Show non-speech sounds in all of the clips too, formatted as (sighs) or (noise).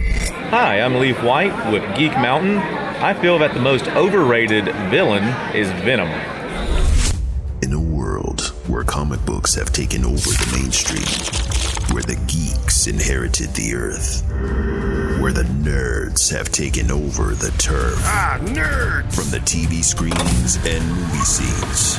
Hi, I'm Leaf White with Geek Mountain. I feel that the most overrated villain is Venom. In a world where comic books have taken over the mainstream, where the geeks inherited the earth, where the nerds have taken over the turf. Ah, nerds! From the TV screens and movie scenes.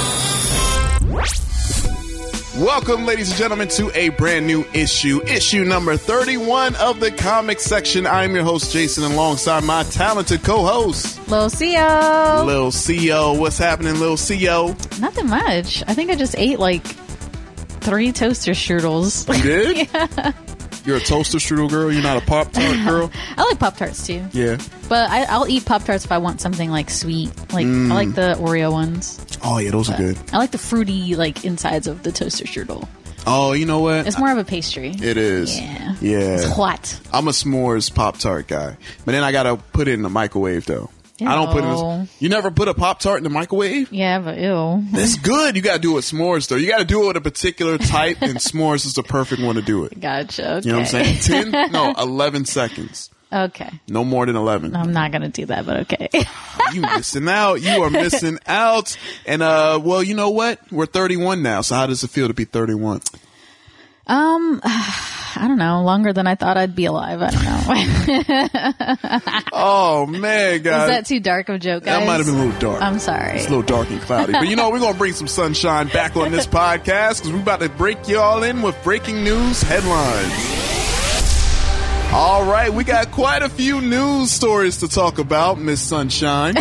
Welcome, ladies and gentlemen, to a brand new issue, issue number 31 of the comic section. I'm your host, Jason, alongside my talented co host, Lil Cio. Lil CO. What's happening, Lil (laughs) CO? Nothing much. I think I just ate like three toaster strudels. (laughs) You did? You're a toaster strudel girl. You're not a Pop (laughs) Tart girl. I like Pop Tarts too. Yeah. But I, I'll eat Pop Tarts if I want something like sweet. Like I Mm. like the Oreo ones. Oh, yeah, those are good. I like the fruity like insides of the toaster strudel. Oh, you know what? It's more of a pastry. It is. Yeah. It's Yeah. hot. I'm a s'mores Pop Tart guy. But then I got to put it in the microwave, though. I don't put it in. Ew. You never put a Pop Tart in the microwave? Yeah, but ew. That's good. You got to do it with s'mores though. You got to do it with a particular type, and (laughs) s'mores is the perfect one to do it. Gotcha. Okay. You know what I'm saying? Ten? No, eleven seconds. (laughs) Okay. No more than eleven. I'm not gonna do that, but okay. (laughs) You missing out. You are missing out. And uh, well, you know what? We're 31 now. So how does it feel to be 31? Um, (sighs) I don't know. Longer than I thought I'd be alive. I don't know. (laughs) Oh man, guys, Is that too dark of a joke? That guys? might have been a little dark. I'm sorry. It's a little dark and cloudy. But you know, we're going to bring some sunshine back on this podcast because we're about to break y'all in with breaking news headlines. All right, we got quite a few news stories to talk about, Miss (laughs) Sunshine.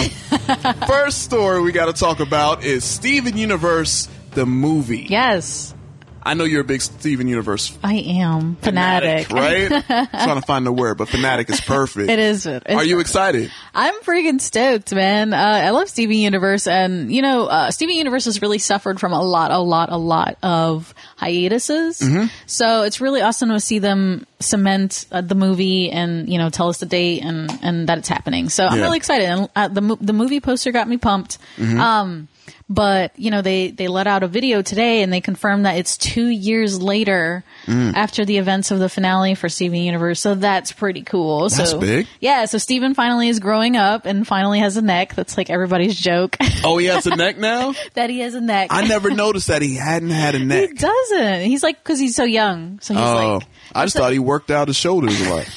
First story we got to talk about is Steven Universe, the movie. Yes, I know you're a big Steven Universe I am fanatic. right? (laughs) trying to find the word, but fanatic is perfect. It is. It's Are you excited? I'm freaking stoked, man. Uh, I love Steven Universe, and you know, uh, Steven Universe has really suffered from a lot, a lot, a lot of hiatuses. Mm-hmm. So it's really awesome to see them cement uh, the movie and you know tell us the date and and that it's happening. So I'm Yeah. really excited, and uh, the mo- the movie poster got me pumped. Um, but you know they they let out a video today and they confirmed that it's two years later Mm. after the events of the finale for steven universe so that's pretty cool That's so big. yeah so steven finally is growing up and finally has a neck that's like everybody's joke (laughs) (laughs) Oh, he has a neck now? that he has a neck I never noticed that he hadn't had a he neck. doesn't he's like because he's so young so he's Oh, like I just thought he worked out his shoulders (laughs) a lot.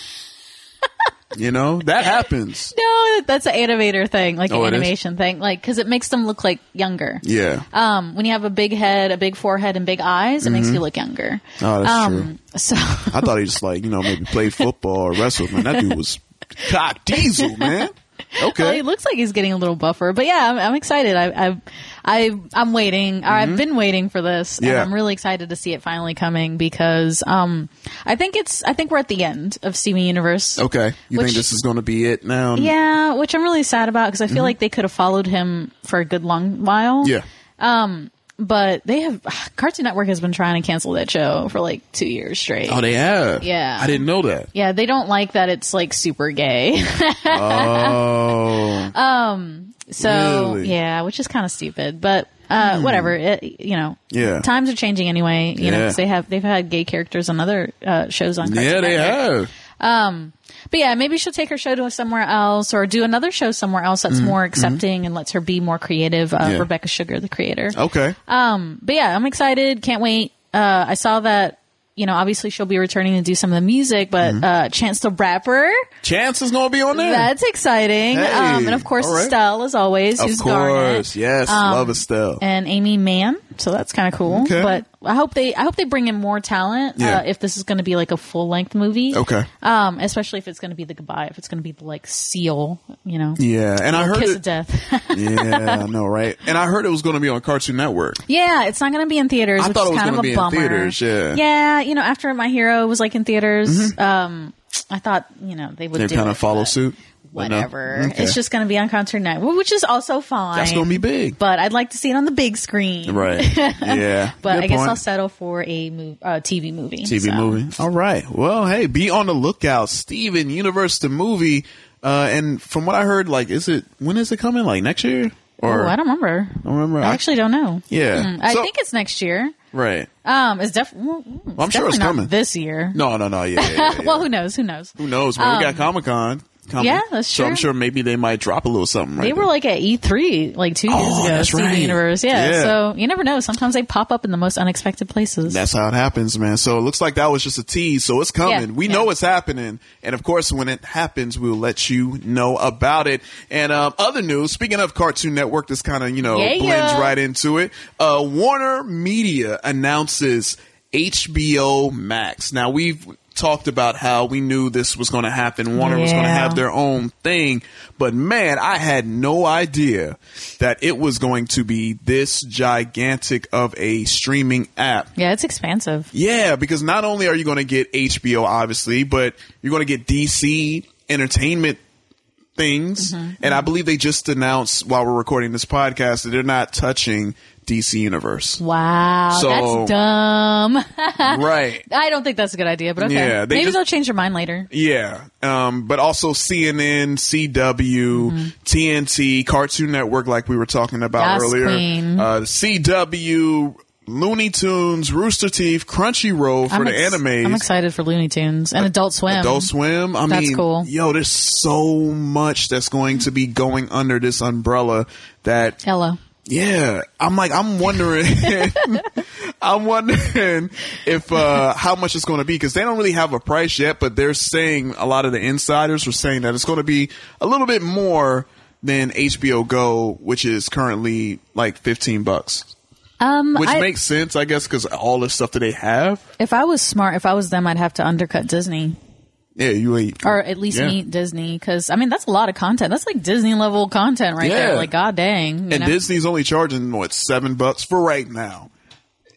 you know that happens. no that- that's an animator thing like Oh, it an is? animation thing like because it makes them look like younger Yeah. um when you have a big head a big forehead and big eyes it makes you look younger Mm-hmm. Oh, that's true. um so I thought he just like you know maybe played football or wrestled. Man, that dude was cock diesel, man. Well, Oh, he Okay. looks like he's getting a little buffer, but yeah, I'm, I'm excited. I, I, I, I'm waiting. Or I've been waiting for this, and Mm-hmm. Yeah. I'm really excited to see it finally coming because um, I think it's. I think we're at the end of Steven Universe. Okay. You think Which- this is going to be it now? Yeah, which I'm really sad about because I feel like they could have followed him for a good long while. Mm-hmm. Yeah. but they have. (sighs) Cartoon Network has been trying to cancel that show for like two years straight. Oh, they have. Yeah. I didn't know that. yeah, they don't like that it's like super gay. (laughs) Oh. So Really? Hmm. yeah, which is kind of stupid, but uh, whatever. It, you know, Yeah. times are changing anyway. You know, Yeah. 'cause they have they've had gay characters on other uh, shows on. Cartoon yeah, they Network. have. But yeah, maybe she'll take her show to somewhere else or do another show somewhere else that's more accepting and lets her be more creative. Uh, Hmm. Yeah. Oh. Rebecca Sugar, the creator. Okay. Uh, But yeah, I'm excited. Can't wait. Uh, I saw that. You know, obviously she'll be returning to do some of the music, but Hmm. uh, Chance the Rapper, Chance is going to be on there. that's exciting. Hey, um, and of course, all right. Stell, as always, of who's course. Garnet. Yes. love Estelle. and Amy Mann, so that's kind of cool. Okay. But I hope they I hope they bring in more talent Yeah. uh, if this is going to be like a full length movie. Okay. Um, especially if it's going to be the goodbye, if it's going to be the like seal, you know, yeah. And I heard kiss it- of death. (laughs) yeah, I know, right? And I heard it was going to be on Cartoon Network. yeah, it's not going to be in theaters. I which thought is it was kind gonna of a be in bummer. theaters, yeah. Yeah, you know, after My Hero was like in theaters, um, I thought you know they would They do kind it, of follow but suit. no. whatever. Okay. It's just going to be on concert night, wh- which is also fine. That's gonna be big, But I'd like to see it on the big screen. right? Yeah, (laughs) But Good I guess point. I'll settle for a mov- uh, TV movie. TV so. movie. All right. Well, hey, be on the lookout. Steven Universe the movie. Uh, and from what I heard, like, is it when is it coming? Like next year? Or Oh, I don't remember. I don't remember. I actually don't know. Yeah. Mm, I So- think it's next year. right. Um, it's, def- well, mm, it's I'm sure it's definitely not coming. this year. (laughs) No, no, no. Yeah. yeah, yeah, yeah. well, who knows? Who knows? Who knows? Man, we got Comic Con. yeah, that's So I'm true. sure maybe they might drop a little something. Right They were there. like at E3 like two years Oh, ago. that's Steven right. Universe, yeah. Yeah. So you never know. Sometimes they pop up in the most unexpected places. That's how it happens, man. So it looks like that was just a tease. So it's coming. Yeah, we yeah. know it's happening. And of course, when it happens, we'll let you know about it. And um, other news, speaking of Cartoon Network, this kind of, you know, Yeah, blends yeah. right into it. Uh, Warner Media announces HBO Max. Now, we've talked about how we knew this was going to happen. Warner was going to Yeah. have their own thing. But man, I had no idea that it was going to be this gigantic of a streaming app. yeah, it's expansive. Yeah, because not only are you going to get HBO, obviously, but you're going to get DC entertainment things. Mm-hmm. And I believe they just announced while we're recording this podcast that they're not touching DC Universe. (laughs) Wow, So- that's dumb. (laughs) right. I don't think that's a good idea, but okay. Yeah, they Maybe just- they'll change their mind later. Yeah. Um, but also CNN, CW, TNT, Cartoon Network, like we were talking about Mm-hmm. Yes, earlier. queen. Uh, CW, Looney Tunes, Rooster Teeth, Crunchyroll for I'm the ex- animes. I'm excited for Looney Tunes and Adult Swim. Adult Swim. I Um, That's mean, cool. yo, there's so much that's going to be going under this umbrella that, Hello. yeah, I'm like, I'm wondering, (laughs) I'm wondering if, uh, how much it's going to be because they don't really have a price yet, but they're saying a lot of the insiders are saying that it's going to be a little bit more than HBO Go, which is currently like 15 bucks. Um, Which I- makes sense, I guess, because all the stuff that they have. if I was smart, if I was them, I'd have to undercut Disney Yeah, you ain't. or at least Yeah. meet Disney because I mean that's a lot of content. That's like Disney level content right Yeah. there. Like god dang, you And know, Disney's only charging what seven bucks for right now.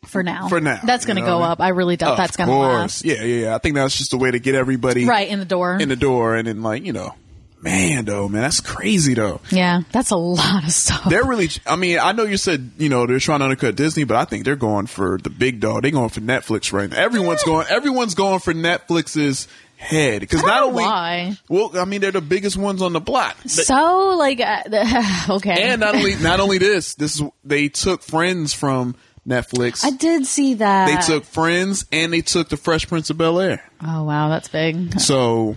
for now, for now, that's you going to know go what I mean? up. I really doubt Oh, that's going to last. Yeah, yeah, yeah. I think that's just a way to get everybody Right in the door. in the door, and then like you know, man, though, man, that's crazy though. yeah, that's a lot of stuff. They're really. I mean, I know you said you know they're trying to undercut Disney, but I think they're going for the big dog. They're going for Netflix right now. Everyone's going. Everyone's going for Netflix's head because not I don't know only why. well, I mean, they're the biggest ones on the block. They- so like uh, (laughs) okay, and not only not only this, this is they took Friends from Netflix. I did see that They took Friends and they took the Fresh Prince of Bel Air. Oh wow, that's big. So,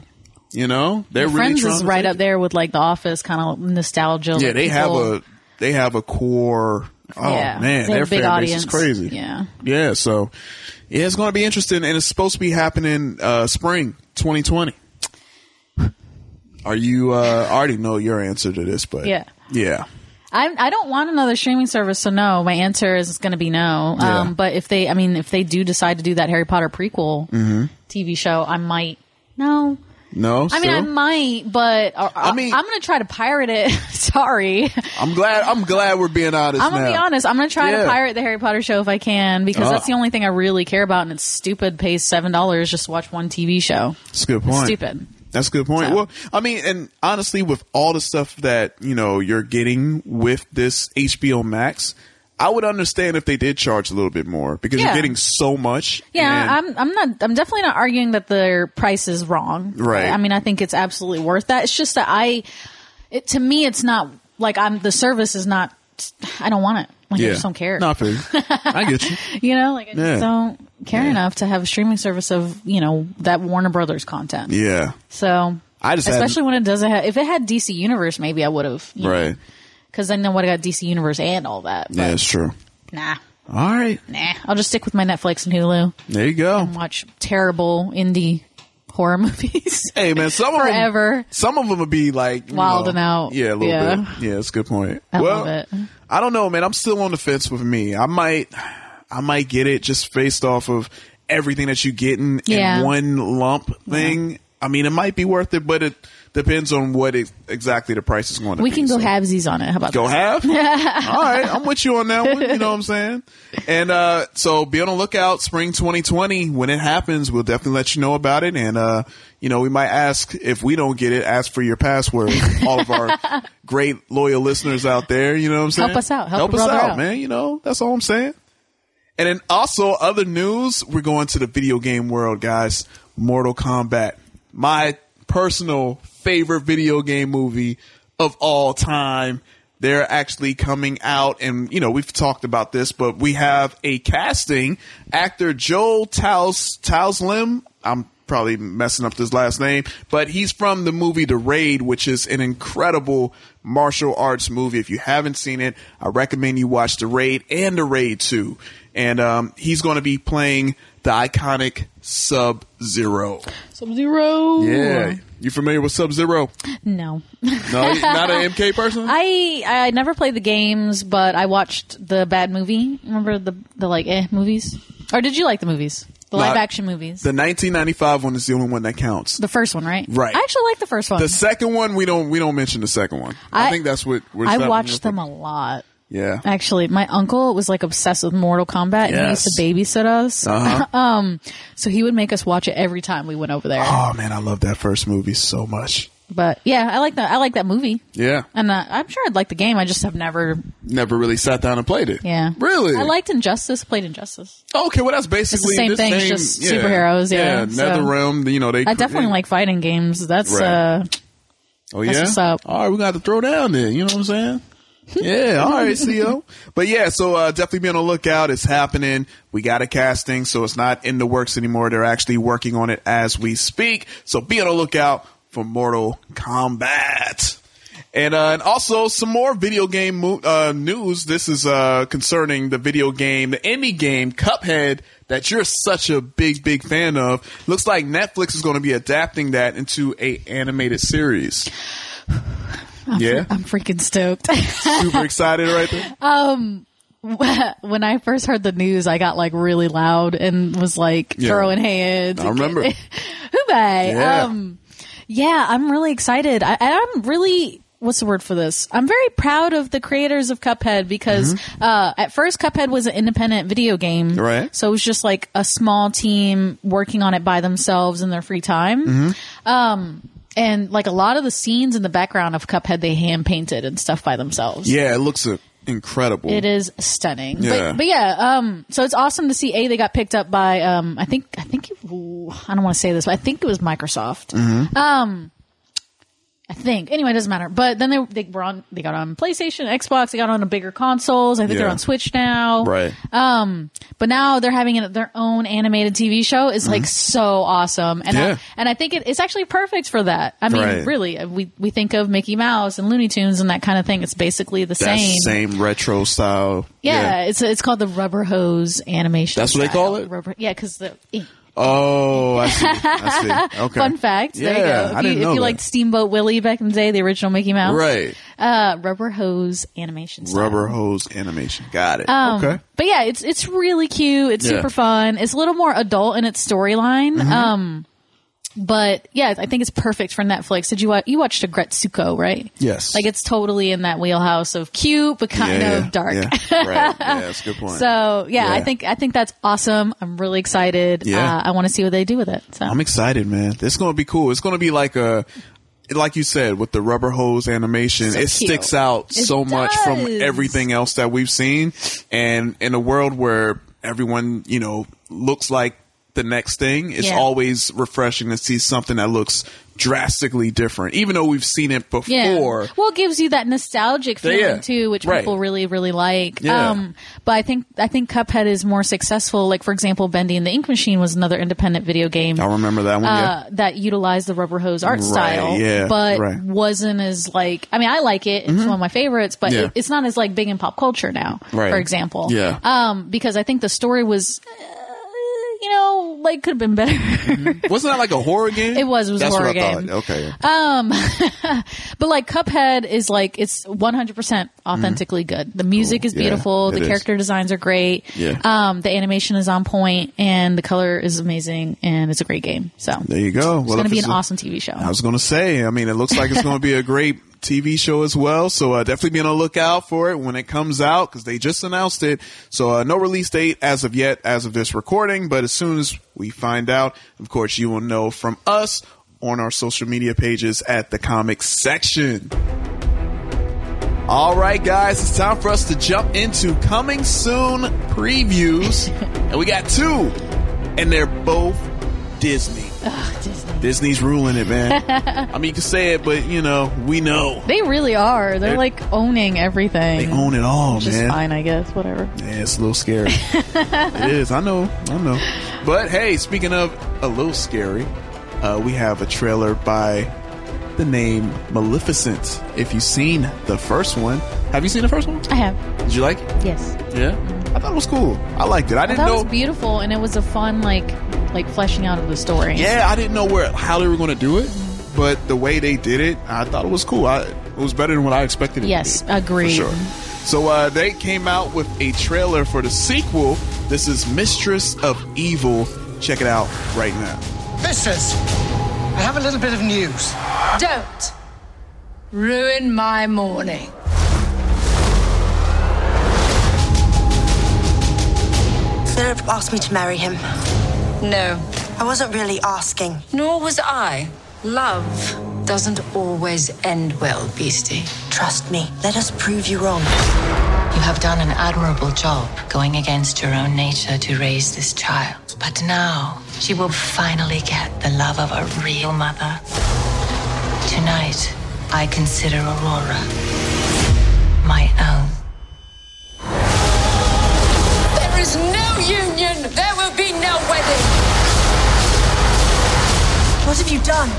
you know, they're really Friends trying is to right take up there with like The Office, kind of nostalgia. it. Yeah, like, they have people- a they have a core. Oh Yeah. man, They their have a fan big base audience. is crazy. Yeah. yeah. So, yeah, it's going to be interesting, and it's supposed to be happening uh, spring 2020. Are you? Uh, I already know your answer to this, but Yeah. yeah, I, I don't want another streaming service, so no. My answer is going to be no. Yeah. Um, but if they, I mean, if they do decide to do that Harry Potter prequel Mm-hmm. TV show, I might. No, no. I mean, I still? might, but I, I mean- mean, I'm going to try to pirate it. (laughs) Sorry, I'm glad. I'm glad we're being honest. I'm going to be now. honest. I'm going to try Yeah. to pirate the Harry Potter show if I can because Ah. that's the only thing I really care about, and it's stupid. Pays seven dollars just to watch one TV show. That's a good point. Stupid. That's a good point. So- Well, I mean, and honestly, with all the stuff that you know you're getting with this HBO Max, I would understand if they did charge a little bit more because you're Yeah. getting so much. and- Yeah, I'm. I'm not. I'm definitely not arguing that their price is wrong. Right. I mean, I think it's absolutely worth that. It's just that I, it, to me, it's not like I'm. The service is not. I don't want it. Like I just don't care. No, I feel you. I (laughs) get you. You know, like I just Yeah. don't care enough to have a streaming service of you know that Warner Brothers content. Yeah, So I just hadn't- especially when it doesn't have. If it had DC Universe, maybe I would have. right. Because then I would have got DC Universe and all that. But Yeah, it's true. Nah. All right, Nah. I'll just stick with my Netflix and Hulu. there you go. Watch terrible indie horror (laughs) movies. (laughs) Hey man, some of Forever. them, some of them would be like you Wilding know, out. Yeah, a little Yeah. bit. Yeah, that's a good point. I well, love it. I don't know, man. I'm still on the fence with me. I might, I might get it just based off of everything that you getting Yeah. in one lump thing. I mean, it might be worth it, but it depends on what it, exactly the price is going to We be. can go So- halvesies on it. How about Go that? (laughs) have. All right, I'm with you on that one. You know what I'm saying? And uh, so be on the lookout. Spring 2020, when it happens, we'll definitely let you know about it. And uh, you know, we might ask if we don't get it, ask for your password. All of (laughs) our great loyal listeners out there. You know what I'm saying? Help us out. Help a us brother out, out. man. You know, that's all I'm saying. And then also other news, we're going to the video game world, guys. Mortal Kombat. My personal favorite video game movie of all time. They're actually coming out and, you know, we've talked about this, but we have a casting. Actor Joel Taus, Tauslim. I'm probably messing up his last name, but he's from the movie The Raid, which is an incredible martial arts movie. If you haven't seen it, I recommend you watch The Raid and The Raid 2. And um, he's going to be playing the iconic Sub Zero. Sub Zero. You familiar with Sub Zero? No. (laughs) No, you- not an MK person? I I never played the games, but I watched the bad movie. Remember the the like eh movies? Or did you like the movies? The Not- live action movies. the 1995 one is the only one that counts. The first one, right? Right. I actually like the first one. The second one we don't we don't mention the second one. I, think that's what we're I stopping watched with. them a lot. Yeah. Actually, my uncle was like obsessed with Mortal Kombat, and he Yes. Uh-huh. used to babysit us. (laughs) um, so he would make us watch it every time we went over there. Oh man, I love that first movie so much. But yeah, I like that. I like that movie, Yeah. and uh, I'm sure I'd like the game. I just have never. never really sat down and played it. Yeah, Really? I liked Injustice. Played Injustice. Okay, well that's basically same the thing, it's same- just superheroes, yeah, so- NetherRealm, you know, they I definitely like fighting games. That's Right. uh, Oh That's yeah. what's up. All right, we got to throw down then, you know what I'm saying? Yeah, all right, CEO. But yeah, so uh, definitely be on the lookout. It's happening. We got a casting, so it's not in the works anymore. They're actually working on it as we speak. So be on the lookout for Mortal Kombat. And, uh, and also some more video game mo- uh, news. This is uh, concerning the video game, the indie game Cuphead that you're such a big, big fan of. Looks like Netflix is going to be adapting that into a animated series. yeah, I'm freaking stoked. (laughs) super excited right there. when I first heard the news, I got like really loud and was like Yeah. throwing hands. I (laughs) remember. Hoobay. Yeah. Um, yeah, I'm really excited. I, and I'm really. What's the word for this? I'm very proud of the creators of Cuphead because uh, at first Cuphead was an independent video game, Mm-hmm. Right. So it was just like a small team working on it by themselves in their free time. Mm-hmm. Um, and like a lot of the scenes in the background of Cuphead, they hand painted and stuff by themselves. Yeah, it looks uh, incredible. It is stunning. Yeah. But, but yeah, um, so it's awesome to see a they got picked up by um, I think I think it- ooh, I don't want to say this, but I think it was Microsoft. Mm-hmm. Um, I think anyway, it doesn't matter. But then they they were on they got on PlayStation, Xbox, they got on the bigger consoles. I think Yeah. they're on Switch now. Right. Um, but now they're having an, their own animated TV show. is like so awesome, Mm-hmm. and Yeah. I, and I think it, it's actually perfect for that. I mean, Right. really, we we think of Mickey Mouse and Looney Tunes and that kind of thing. It's basically the That same. same retro style. Yeah, it's it's called the rubber hose animation. That's what they style. call it? Rubber, yeah, because the eh. Oh, I see. I (laughs) see. Okay. fun fact. there you Yeah, go. If I didn't you, know if you that. liked Steamboat Willie back in the day, the original Mickey Mouse, Right. Uh, rubber hose animation. Style. Rubber hose animation. Got it. Um, okay. But yeah, it's it's really cute. It's Yeah. Mm-hmm. super fun. It's a little more adult in its storyline. Um, but yeah, I think it's perfect for Netflix. Did you watch, you watched a Gretsuko, right? Yes. Like it's totally in that wheelhouse of cute but kind yeah, of yeah, dark. (laughs) Yeah. Right. Yeah, that's a good point. So yeah, I Yeah. think I think that's awesome. I'm really excited. Yeah. Uh, I want to see what they do with it. So I'm excited, man. It's going to be cool. It's going to be like a, like you said, with the rubber hose animation, So it cute. sticks out It so much from does. everything else that we've seen. And in a world where everyone, you know, looks like the next thing, it's Yeah. always refreshing to see something that looks drastically different, even though we've seen it before. well, it gives you that nostalgic Yeah, feeling yeah. too, which Right. people really really like. Yeah. Um, but I think I think Cuphead is more successful. Like for example, Bendy and the Ink Machine was another independent video game. I remember that one. Uh, that utilized the rubber hose art Right, style, yeah, but right. Mm-hmm. wasn't as like. I mean, I like it; it's one of my favorites, but Yeah. it, it's not as like big in pop culture now. Right. For example, Yeah. um, because I think the story was you know, like could have been better. Wasn't that like a horror game? Uh, It was. It was a That's horror what I game. thought. Okay. Um, (laughs) but like Cuphead is like it's 100% authentically good. The music Mm-hmm. Cool. is Yeah, beautiful. it the is. character designs are great. Yeah. Um, the animation is on point, and the color is amazing, and it's a great game. So there you go. it's Well, going to if be it's an a- awesome TV show. I was going to say, I mean, it looks like it's going to be a great TV show as well. So uh, definitely be on the lookout for it when it comes out because they just announced it. So uh, no release date as of yet, as of this recording. But as soon as we find out, of course, you will know from us on our social media pages at the comics section. All right, guys, it's time for us to jump into coming soon previews. and we got two, and they're both Disney. Ugh, Disney. Disney's ruling it, (laughs) man. I mean, you can say it, but you know, we know They really are. They're like owning everything. they own it all, Which is man. fine, I guess. Whatever. Yeah, it's a little scary. it is. I know. I know. But hey, speaking of a little scary, uh, we have a trailer by the name Maleficent. If you've seen the first one, have you seen the first one? I have. Did you like it? Yes. Yeah, I thought it was cool. I liked it. I I didn't thought it know. was beautiful, and it was a fun like like fleshing out of the story. Yeah, I didn't know where how they were going to do it, but the way they did it, I thought it was cool. I, it was better than what I expected. It Yes, to be, agreed. For sure. So uh, they came out with a trailer for the sequel. This is Mistress of Evil. Check it out right now. Mistress, I have a little bit of news. Don't ruin my morning. Philip asked me to marry him. No, I wasn't really asking. nor was I. Love doesn't always end well, Beastie. Trust me. Let us prove you wrong. You have done an admirable job going against your own nature to raise this child. But now she will finally get the love of a real mother. Tonight, I consider Aurora my own. There is no union. There will be no wedding. What have you done?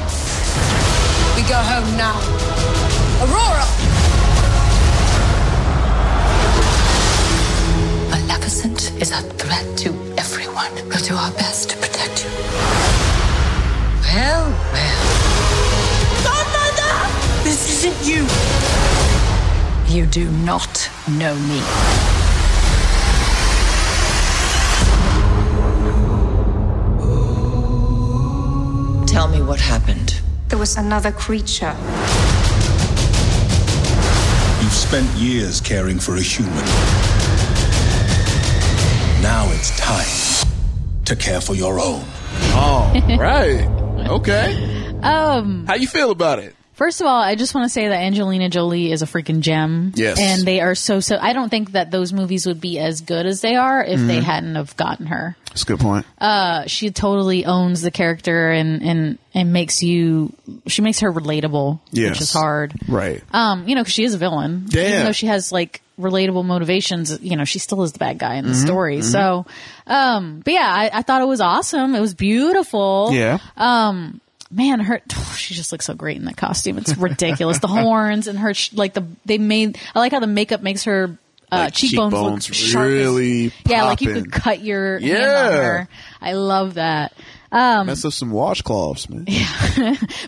We go home now. Aurora! Maleficent is a threat to everyone. We'll do our best to protect you. Well, well. This isn't you. You do not know me. Tell me what happened. There was another creature. You've spent years caring for a human. Now it's time to care for your own. (laughs) All right. Okay. Um. How you feel about it? First of all, I just want to say that Angelina Jolie is a freaking gem. Yes. And they are so so I don't think that those movies would be as good as they are if Mm-hmm. they hadn't have gotten her. That's a good point. Uh, she totally owns the character and and and makes you she makes her relatable, Yes. which is hard. right. Um, you know, 'cause she is a villain. Yeah. Even though she has like relatable motivations, you know, she still is the bad guy in Mm-hmm. the story. So, um, but yeah, I, I thought it was awesome. It was beautiful. yeah. man, her (sighs) she just looks so great in that costume. It's ridiculous. (laughs) the horns and her sh- like the they made. I like how the makeup makes her uh, Like cheekbones, cheekbones look sharp as- really yeah, like you popping. could cut your hand on Yeah. her. I love that. Mess up some washcloths, (laughs) man.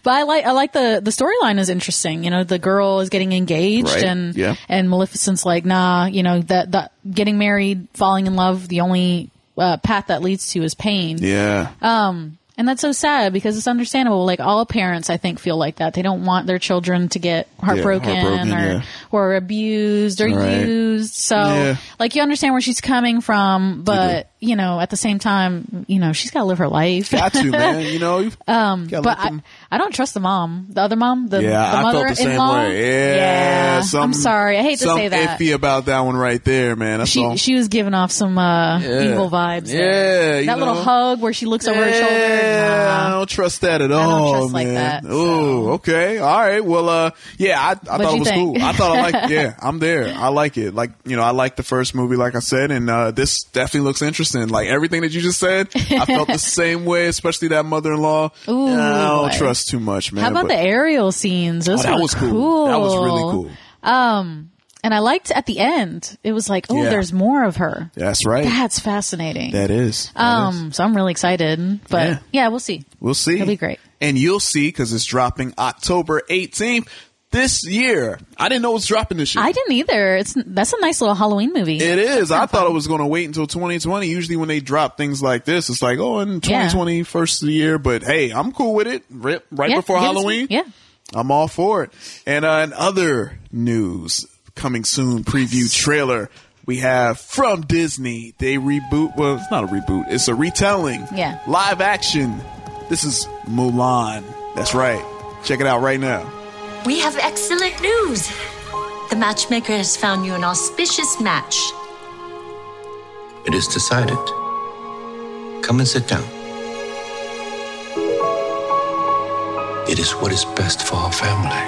But I like I like the the storyline is interesting. You know, the girl is getting engaged Right. and Yeah. and Maleficent's like, nah, you know, that that getting married, falling in love, the only uh, path that leads to is pain. Yeah. Uh, And that's so sad because it's understandable. Like all parents, I think, feel like that. They don't want their children to get heartbroken, heartbroken, or yeah. or abused or Right. used. So, Yeah. like, you understand where she's coming from, but you know, at the same time, you know, she's got to live her life. Got to, man. You (laughs) know. Um. But I, I don't trust the mom, the other mom, the, Yeah, the I felt the same mother-in-law. way. Yeah, I'm some- sorry. I hate to some say that. iffy about that one right there, man. That's all. She she was giving off some uh, Yeah. evil vibes. Yeah, there. you that little know. hug where she looks over her shoulder. Yeah, Eh, I Nah. don't trust that at don't all, trust like man. that, Oh, okay, all right. Well, uh, yeah, I, I thought you it was think? cool. I thought I (laughs) like. Yeah, I'm there. I like it. Like you know, I like the first movie, like I said, and uh, this definitely looks interesting. Like everything that you just said, I felt (laughs) the same way. Especially that mother-in-law. Ooh, I don't boy. trust too much, man. How about but- the aerial scenes? Those Oh, that were was cool. That was really cool. And I liked at the end, it was like, oh, Yeah. there's more of her. That's right. That's fascinating. that is. That um, so I'm really excited, but Yeah. yeah, we'll see. We'll see. It'll be great. And you'll see because it's dropping October 18th this year. I didn't know it was dropping this year. I didn't either. It's that's a nice little Halloween movie. it is. I thought it was going to wait until 2020. Usually, when they drop things like this, it's like, oh, in 2020, first of the year. But hey, I'm cool with it. Rip, right Yeah, before give it to me. Halloween. Yeah. I'm all for it. And uh, in other news, coming soon preview trailer. We have from Disney. They reboot. Well, it's not a reboot. It's a retelling. Yeah. Live action. This is Mulan. That's right. Check it out right now. We have excellent news. The matchmaker has found you an auspicious match. It is decided. Come and sit down. It is what is best for our family.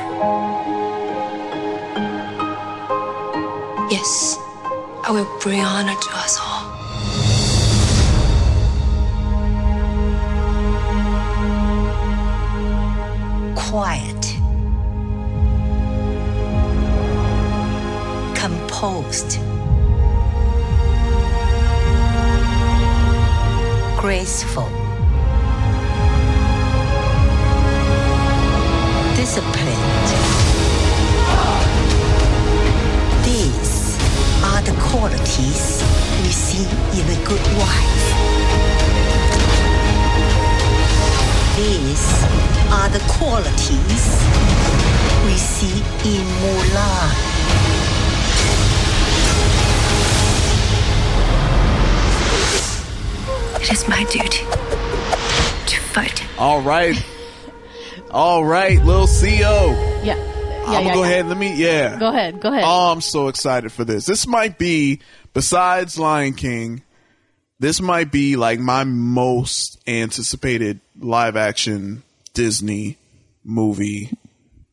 Yes, I will bring honor to us all. Quiet. Composed. Graceful. Disciplined. These are the qualities we see in a good wife. These are the qualities we see in Mulan. It is my duty to fight. All (laughs) right. all right, Lil CO. Yeah. I'm gonna yeah, go yeah. ahead and let me yeah. Go ahead. Go ahead. Oh, I'm so excited for this. This might be, besides Lion King, this might be like my most anticipated live action Disney movie,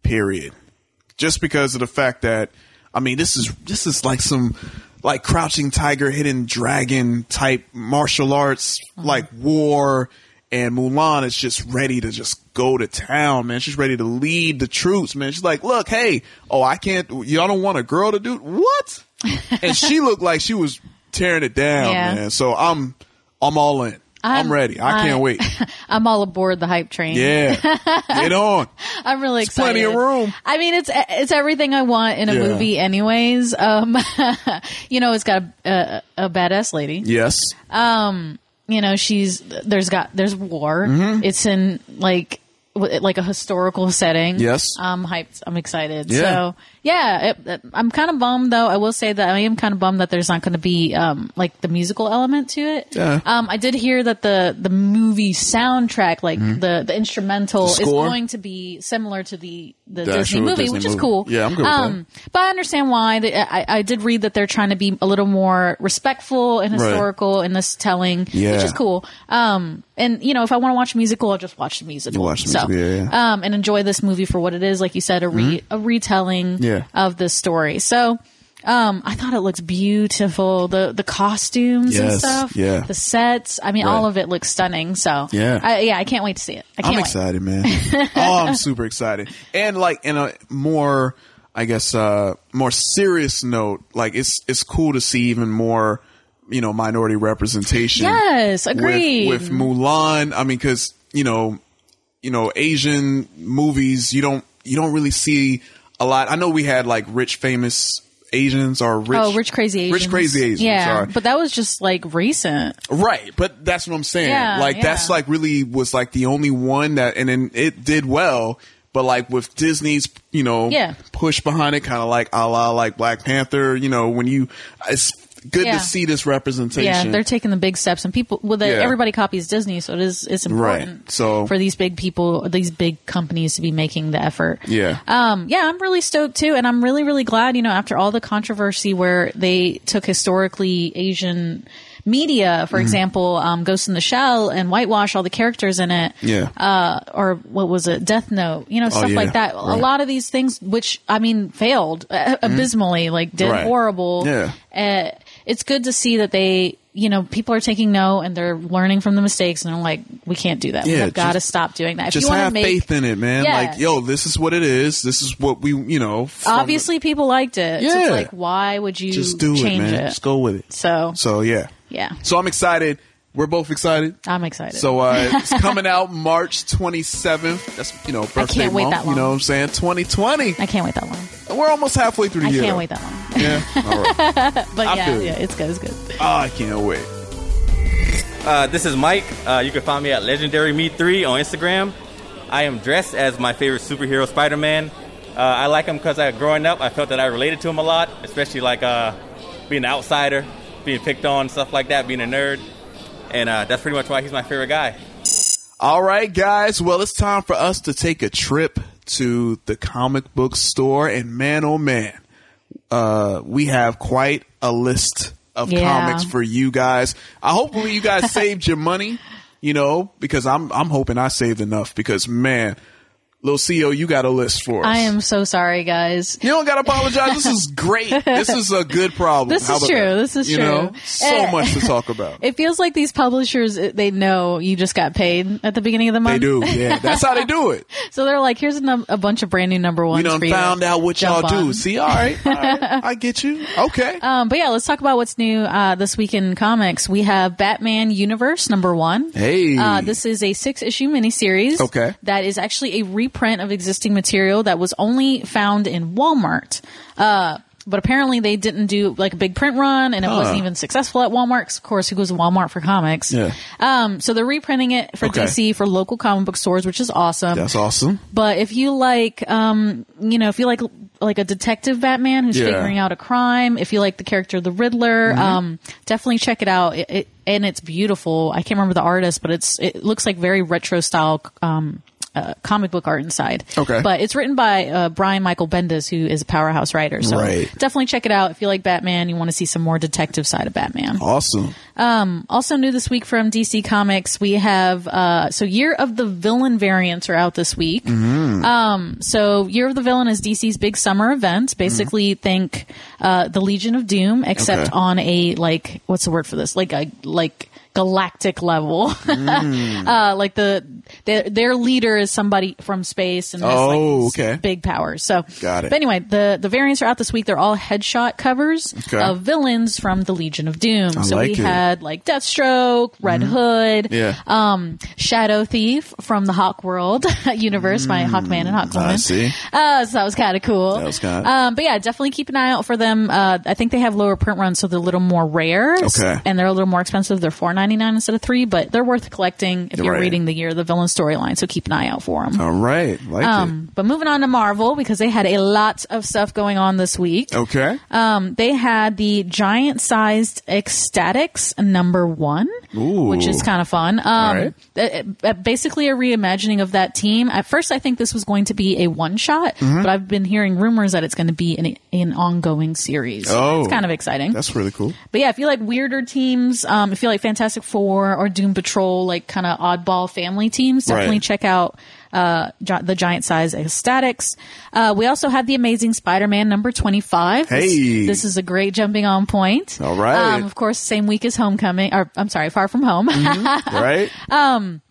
period. Just because of the fact that, I mean, this is, this is like some, like crouching tiger, hidden dragon type martial arts, like war. And Mulan is just ready to just go to town, man. She's ready to lead the troops, man. She's like, look, hey, oh, I can't, y'all don't want a girl to do (laughs) what? and she looked like she was tearing it down, Yeah. man. So I'm, I'm all in. I'm, I'm- ready. I, can't (laughs) I- wait. I'm all aboard the hype train. Yeah. Get on. I'm really There's excited. plenty of room. I mean, it's it's everything I want in a Yeah. movie, anyways. Um, (laughs) you know, it's got a, a, a badass lady. Yes. Um, you know, she's there's got there's war. Mhm. It's in like w- like a historical setting. Yes. I'm hyped. I'm excited. Yeah. So yeah, it, it- I'm kind of bummed though. I will say that I am kind of bummed that there's not going to be um like the musical element to it. Yeah. Um, I did hear that the the movie soundtrack, like Mhm. the the instrumental, The is score? going to be similar to the The the Disney actual movie, Disney which is movie. cool. Yeah, I'm good with um, But I understand why. They, I, I did read that they're trying to be a little more respectful and Right. historical in this telling, Yeah. which is cool. Um, and you know, if I want to watch a musical, I'll just watch the musical. You'll watch the so, musical, yeah, Um, and enjoy this movie for what it is, like you said, a re Mm-hmm. Mhm. a retelling Yeah. of this story. So. Um, I thought it looked beautiful. The the costumes and Yes, stuff. yeah. The sets. I mean, Right. all of it looks stunning. So Yeah. I, yeah. I can't wait to see it. I can't I'm wait. excited, man. (laughs) oh, I'm super excited. And like in a more I guess uh more serious note, like it's it's cool to see even more, you know, minority representation. Yes, with- agreed. With, Mulan, I mean cuz you know, you know, Asian movies, you don't you don't really see a lot. I know we had like rich famous Asians or rich oh, rich crazy Asians. Rich crazy Asians, Yeah, sorry. but that was just like recent. Right, but that's what I'm saying. Yeah, like that's yeah. like really was like the only one that, and then it did well. But like with Disney's, you know, Yeah. push behind it, kind of like a la like Black Panther. You know, when you, it's good Yeah. to see this representation. Yeah, they're taking the big steps, and people well, they, Yeah. everybody copies Disney, so it is it's important right. So for these big people, these big companies to be making the effort. yeah, Um, yeah, I'm really stoked too, and I'm really, really glad. You know, after all the controversy where they took historically Asian media, for Mhm. example, um, Ghost in the Shell, and whitewash all the characters in it, Yeah. uh, or what was it, Death Note, you know, Oh, stuff yeah, like that. A right. Mm-hmm. lot of these things, which I mean, failed uh, abysmally, like did Right. horrible. Yeah. Uh, it's good to see that they you know, people are taking no and they're learning from the mistakes and they're like, we can't do that. Yeah, We've got to just- stop doing that. If Just you want to have make, faith in it, man. Yeah. Like, yo, this is what it is. This is what we, you know. from- obviously people liked it. So Yeah. it's like, why would you just do it, change man. it? Just go with it. So, So yeah. yeah, So I'm excited. We're both excited. I'm excited. So uh, (laughs) it's coming out March 27th. That's you know birthday can't wait month. that You know long. what I'm saying? 2020. I can't wait that long. We're almost halfway through the I year. can't though. wait that long. (laughs) Yeah. All right. but I yeah, feel you. yeah, it's good. It's good. Oh, I can't wait. Uh, this is Mike. Uh, you can find me at Legendary Me Three on Instagram. I am dressed as my favorite superhero, Spider-Man. Uh, I like him because I, growing up, I felt that I related to him a lot, especially like uh, being an outsider, being picked on, stuff like that, being a nerd, and uh, that's pretty much why he's my favorite guy. All right, guys. Well, it's time for us to take a trip to the comic book store, and man, oh man, uh, we have quite a list of Yeah. comics for you guys. I hopefully you (laughs) guys saved your money, you know, because I'm I'm hoping I saved enough because man, Lil CEO, you got a list for us. I am so sorry, guys. You don't got to apologize. This (laughs) is great. this is a good problem. This How is about true. that? This is you true. Know? So Eh. much to talk (laughs) about. It feels like these publishers, it- they know you just got paid at the beginning of the They month. do, yeah. That's how they do (laughs) it. so they're like, here's a, num- a bunch of brand new number ones. We done for you to found out what y'all jump on. do. See, all right, all (laughs) right. I get you. Okay. Um, but yeah, let's talk about what's new uh, this week in comics. We have Batman Universe number one. Hey. Uh, this is a six issue miniseries. Okay. That is actually a reprint of existing material that was only found in Walmart. Uh, but apparently they didn't do like a big print run and it Huh. wasn't even successful at Walmart. 'cause Of course, who goes to Walmart for comics? Yeah. Um, so they're reprinting it for Okay. DC for local comic book stores, which is awesome. That's awesome. But if you like, um, you know, if you like like a detective Batman who's Yeah. figuring out a crime, if you like the character of the Riddler, Mhm. um, definitely check it out. It, it, and it's beautiful. I can't remember the artist, but it's it looks like very retro style. Um, uh, comic book art inside. Okay. But it's written by uh, Brian Michael Bendis, who is a powerhouse writer. So Right. definitely check it out if you like Batman. You want to see some more detective side of Batman. Awesome. Um, also new this week from DC Comics, we have uh, so Year of the Villain variants are out this week. Mm-hmm. Mhm. Um, so Year of the Villain is DC's big summer Mm-hmm. event. Basically, think uh, the Legion of Doom, except Okay. on a like what's the word for this? Like a like galactic level. (laughs) Mm. uh, like the their, their leader is somebody from space and has Oh, like okay. big powers. So Got it. But anyway, the the variants are out this week. They're all headshot covers Okay. of villains from the Legion of Doom. I so like we it. had like Deathstroke, Red Hood, Mm-hmm. Yeah. um, Shadow Thief from the Hawk World (laughs) universe by Hawkman and Mm, Hawkwoman. I see. Uh, so that was kind of cool. That was kinda- Um, but yeah, definitely keep an eye out for them. Uh, I think they have lower print runs, so they're a little more rare. Okay. And they're a little more expensive. They're four ninety nine instead of three, but they're worth collecting if you're Right. reading the year of the villain storyline. So keep an eye out for them. All right. Like um, but moving on to Marvel because they had a lot of stuff going on this week. it. Okay. Um, they had the giant sized ecstatics number one, Ooh. which is kind of fun. All Um, right. th- uh, basically a reimagining of that team. At first, I think this was going to be a one shot, Mhm. but I've been hearing rumors that it's going to be an, an ongoing series. Oh. it's kind of exciting. That's really cool. But yeah, if you like weirder teams, um, if you like Fantastic Four or Doom Patrol, like kind of oddball family teams, definitely Right. check out uh, gi- the Giant Size Ecstatics. Uh, we also have the Amazing Spider-Man number twenty-five. This- Hey. this, is a great jumping on point. All right. (laughs) Um, of course, same week as Homecoming, or I'm sorry, Far From Home. (laughs) Mm-hmm. right. Um,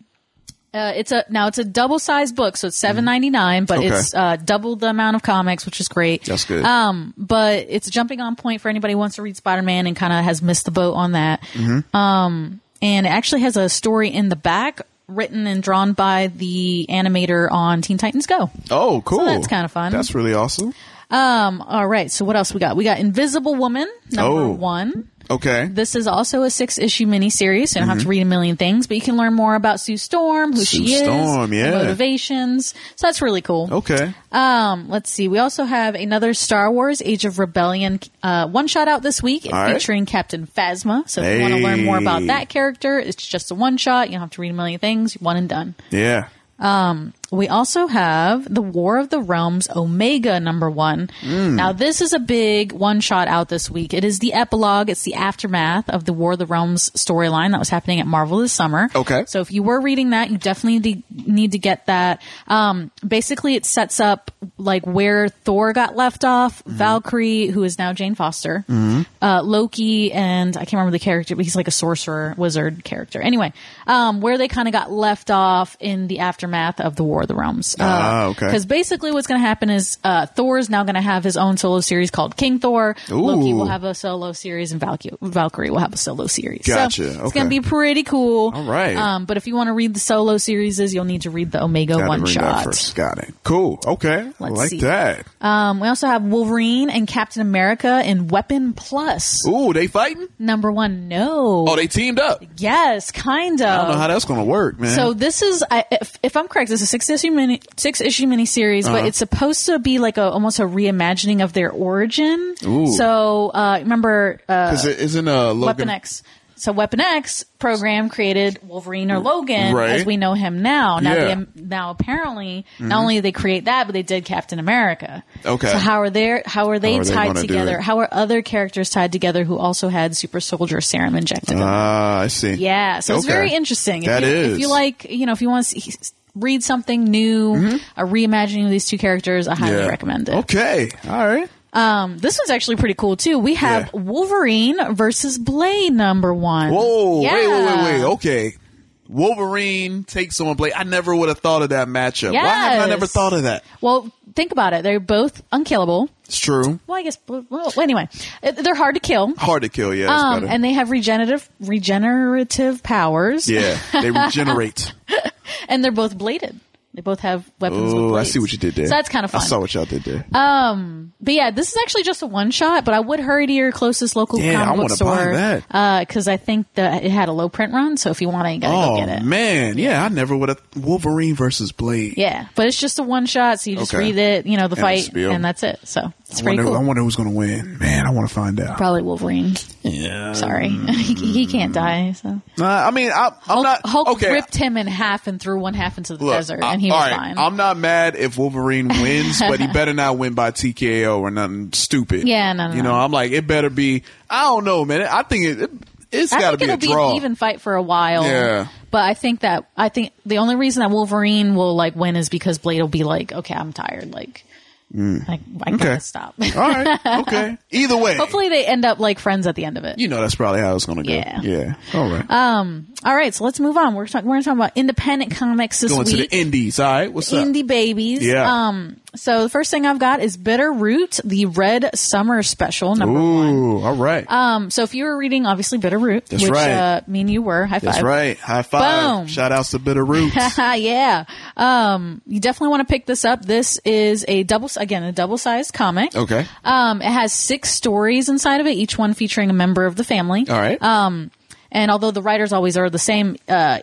uh, it's a now it's a double sized book, so it's seven ninety nine, but Mm. Okay. it's uh, double the amount of comics, which is great. That's good. Um, but it's a jumping on point for anybody who wants to read Spider Man and kind of has missed the boat on that. Mhm. Mm-hmm. Um, and it actually has a story in the back written and drawn by the animator on Teen Titans Go. Oh, cool. that's kinda fun. That's really awesome. Um, all right, so what else we got? We got Invisible Woman number Oh. one. Okay. This is also a six issue miniseries, so you don't have Mhm. to read a million things, but you can learn more about Sue Storm, who Sue she is, Storm, her yeah. motivations. So that's really cool. Okay. Um, let's see. We also have another Star Wars Age of Rebellion uh, one shot out this week All right. featuring Captain Phasma. So if you want to learn more about Hey. that character, it's just a one shot. You don't have to read a million things. One and done. Yeah. Um, we also have the War of the Realms Omega number one. Mm. Now, this is a big one shot out this week. It is the epilogue, it's the aftermath of the War of the Realms storyline that was happening at Marvel this summer. Okay. So, if you were reading that, you definitely de- need to get that. Um, basically, it sets up like where Thor got left off, Mm-hmm. Valkyrie, who is now Jane Foster, Mhm. uh, Loki, and I can't remember the character, but he's like a sorcerer wizard character. Anyway, um, where they kind of got left off in the aftermath of the War of the Realms. Ah, okay. Because basically, what's going to happen is uh, Thor is now going to have his own solo series called King Thor. Loki Ooh. will have a solo series, and Valky- Valkyrie will have a solo series. Gotcha. So it's Okay. going to be pretty cool. All right. Um, but if you want to read the solo series, you'll need to read the Omega Gotta one read that shot. first. Got it. Cool. Okay. I Let's like see. that. Um, we also have Wolverine and Captain America in Weapon Plus. Ooh, they fighting? Number one, no. Oh, they teamed up. Yes, kind of. I don't know Oh, how that's going to work, man. So this is, I, if, if I'm correct, this is a six issue mini six issue miniseries, but Uh-huh. it's supposed to be like a almost a reimagining of their origin. Ooh. So uh, remember, uh, Because it isn't uh, Logan. Weapon X. So Weapon X program created Wolverine or Logan Right. as we know him now. Now, Yeah. they, now apparently, Mhm. not only did they create that, but they did Captain America. Okay. So how are they? How are they How are they tied gonna do together? it? How are other characters tied together who also had super soldier serum injected? in them? Ah, I see. Yeah, so it's Okay. very interesting. If That you, is. If you like, you know, if you want to see, read something new, a reimagining of these two characters, I highly Mm-hmm. Yeah. recommend it. Okay. All right. Um, this one's actually pretty cool too. We have Wolverine versus Blade number one. Whoa, yeah. wait, wait, wait, Oh. wait. Okay. Wolverine takes on Blade. I never would have thought of that matchup. Why have I Yes. never thought of that? Well, think about it. They're both unkillable. It's true. Well, I guess. Well, anyway, Uh, they're hard to kill. Hard to kill, yeah. That's um, better. and they have regenerative regenerative powers. (laughs) yeah, they (laughs) regenerate. and they're both bladed. They both have weapons. with oh, I blades. see what you did there. So that's kind of fun. I saw what y'all did there. Um, but yeah, this is actually just a one shot, but I would hurry to your closest local Yeah, I comic book wanna buy store that. because I think that it had a low print run. So if you want, it, you gotta oh, go get it. man. Yeah, I never would have. Wolverine versus Blade. Yeah, but it's just a one shot, so you just Okay. read it, you know, the And it's fight, real. and that's it. So it's I pretty wonder, I cool. wonder who's going to win. Man, I want to find out. Probably Wolverine. Yeah. Sorry, (laughs) he, he can't die. So Nah, Uh, I mean, I, I'm Hulk, not. Hulk okay. ripped him in half and threw one half into the Look, desert, I- and he all was right, fine. I'm not mad if Wolverine wins, (laughs) but he better not win by TKO or nothing stupid. Yeah, no, no, You know, no. I'm like, it better be. I don't know, man. I think it, it it's I got to think be a it'll draw. be an even fight for a while. Yeah. But I think that I think the only reason that Wolverine will like win is because Blade will be like, okay, I'm tired. Like, Mm. I, I Okay. gotta stop. All right. Okay. Either way. (laughs) Hopefully they end up like friends at the end of it. You know, that's probably how it's going to go. Yeah. Yeah. All right. Um. All right. So let's move on. We're talking. We're talking about independent comics this Going to week. the indies. All right. What's up? Indie babies. Yeah. Um. So the first thing I've got is Bitter Root, the Red Summer Special number Ooh. All right. Um, so if you were reading, obviously, Bitter Root, That's which right. uh, me and you were, high five. That's right. High five. Boom. Shout outs to Bitter Roots. (laughs) yeah. Um, you definitely want to pick this up. This is a double, again, a double sized comic. okay. Um, it has six stories inside of it, each one featuring a member of the family. All right. Um, and although the writers always are the same, uh,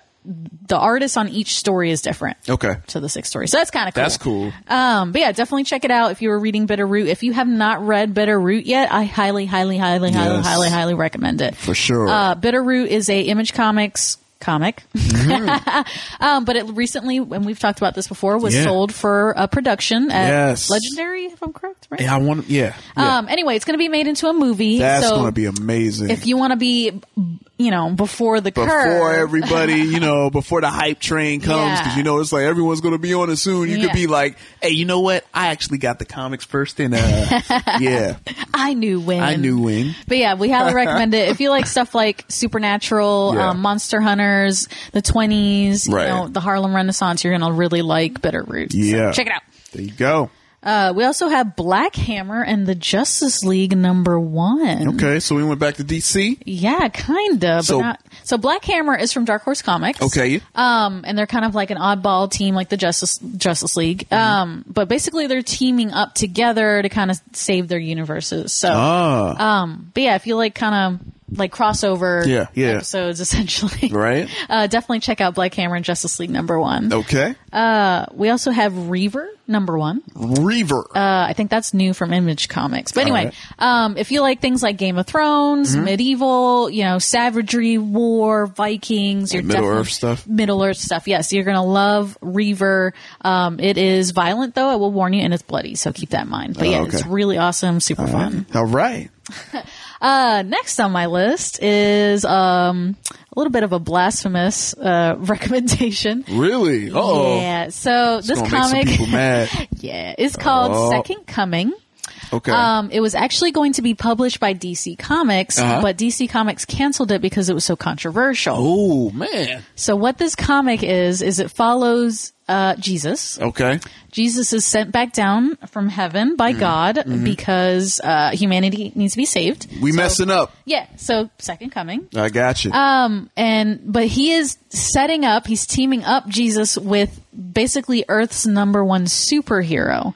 the artist on each story is different. Okay. To the sixth story. So that's kind of cool. Oh. That's cool. Um, but yeah, definitely check it out if you were reading Bitter Root. If you have not read Bitter Root yet, I highly, highly, highly, highly, Yes. highly, highly recommend it. For sure. Uh, Bitter Root is a Image Comics comic, (laughs) um, but it recently, and we've talked about this before, was Mm-hmm. Yeah. sold for a production at Yes. Legendary, if I'm correct, right? yeah, I want. Yeah. Um, anyway, it's going to be made into a movie. That's so going to be amazing. If you want to be, you know, before the before curve, everybody, you know, (laughs) before the hype train comes, because Yeah. you know it's like everyone's going to be on it soon. You Yeah. could be like, "Hey, you know what? I actually got the comics first, and (laughs) uh, yeah, I knew when. I knew when." But yeah, we highly recommend it. If you like stuff like (laughs) Supernatural, Yeah. um, Monster Hunters, the 20s, Right. you know, the Harlem Renaissance, you're going to really like Bitter Roots. So Yeah, check it out. There you go. Uh, we also have Black Hammer and the Justice League number one. Okay, so we went back to DC. Yeah, kind of, but So- not. So Black Hammer is from Dark Horse Comics. Okay. Um, and they're kind of like an oddball team, like the Justice Justice League. Mm-hmm. Um, but basically they're teaming up together to kind of save their universes. So, Ah. um, but yeah, if you like kind of like crossover Yeah, yeah. episodes, (laughs) essentially, Right. Oh. uh, definitely check out Black Hammer and Justice League number one. Okay. Uh, we also have Reaver number one. Reaver. Uh, I think that's new from Image Comics. But anyway, All right. um, if you like things like Game of Thrones, Mhm. medieval, you know, savagery, war, Vikings, you're And Middle definitely- Earth stuff. Middle Earth stuff. Yes, you're gonna love Reaver. Um, it is violent though. I will warn you, and it's bloody, so keep that in mind. But Oh, yeah, okay. it's really awesome, super fun. All right. Uh, next on my list is um, a little bit of a blasphemous uh, (laughs) recommendation. Really? Oh, Yeah. So this comic, people mad. (laughs) yeah, is called Oh. Second Coming. Okay. Um, it was actually going to be published by DC Comics, Uh-huh. but DC Comics canceled it because it was so controversial. Oh man. So what this comic is is it follows uh, Jesus. okay. Jesus is sent back down from heaven by Mhm. God Mhm. because uh, humanity needs to be saved. We messing up. Yeah. So second coming. I got you. Um, and but he is setting up. He's teaming up Jesus with basically Earth's number one superhero.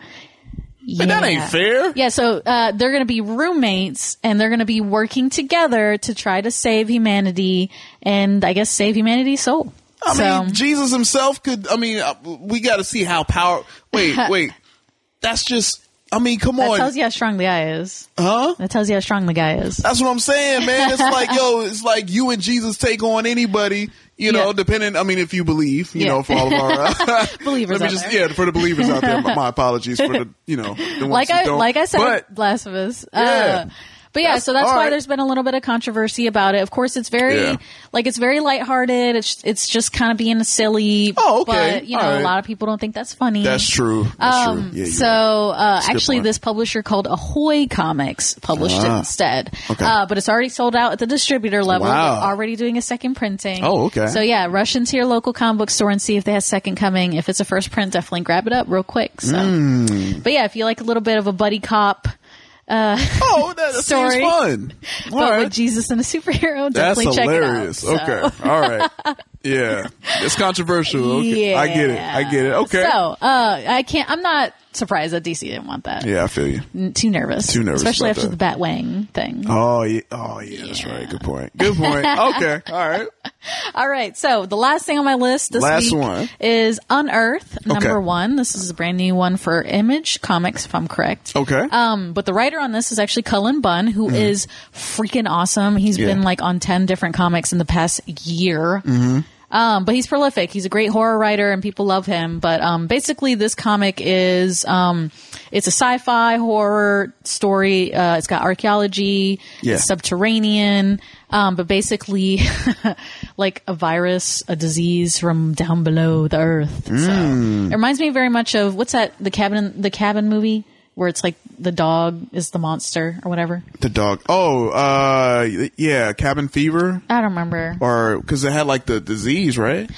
Yeah. But that ain't fair. Yeah, so uh, they're going to be roommates, and they're going to be working together to try to save humanity, and I guess save humanity's soul. I so, mean, Jesus himself could. I mean, uh, we got to see how power. (laughs) Wait, wait. That's just. I mean, come that on. tells you how strong the guy is. Huh? That tells you how strong the guy is. That's what I'm saying, (laughs) man. It's like, yo, it's like you and Jesus take on anybody, you know, Yeah. depending, I mean, if you believe, you Yeah. know, for all of (laughs) (laughs) our uh, Believers Let me out just, there. yeah, for the believers out there, my my apologies for the, you know, the ones like who I don't. like I said, But blasphemous. Yeah. Uh, but yeah, so that's all why right. there's been a little bit of controversy about it. Of course, it's very Yeah. like it's very lighthearted. It's it's just kind of being silly. Oh, okay. But you know, All right. a lot of people don't think that's funny. that's true. That's Um, true. Yeah, you're so right. uh, That's a good actually, point. this publisher called Ahoy Comics published Ah. it instead. Okay. Uh, but it's already sold out at the distributor level. Wow. They're already doing a second printing. Oh, okay. So yeah, rush into your local comic book store and see if they have second coming. If it's a first print, definitely grab it up real quick. So. Mm. But yeah, if you like a little bit of a buddy cop. Uh, oh, that seems story, fun. (laughs) But with Jesus and a superhero, That's definitely check hilarious. it out. So- Okay. All right. Yeah. It's controversial. Okay. I get it. I get it. Okay. So uh, I can't. I'm not surprised that DC didn't want that. yeah, I feel you. N- Too nervous. Too nervous especially about after that. the Batwang thing. Oh, yeah. Oh, yeah. That's right. Good point. Good (laughs) point. Okay. All right. All right. So the last thing on my list this Last week one. is Unearth number Okay. one. This is a brand new one for Image Comics, if I'm correct. Okay. Um, but the writer on this is actually Cullen Bunn, who is Mhm. freaking awesome. He's Yeah. been like on ten different comics in the past year. Mm-hmm. Um, but he's prolific. He's a great horror writer, and people love him. But um, basically, this comic is um, it's a sci-fi horror story. Uh, it's got archaeology, Yeah. it's subterranean, um, but basically, (laughs) like a virus, a disease from down below the earth. It reminds me very much of what's that? The cabin, the cabin movie where it's like the dog is the monster or whatever. The dog. Oh, uh, yeah, cabin fever, I don't remember. or because it had like the disease, right?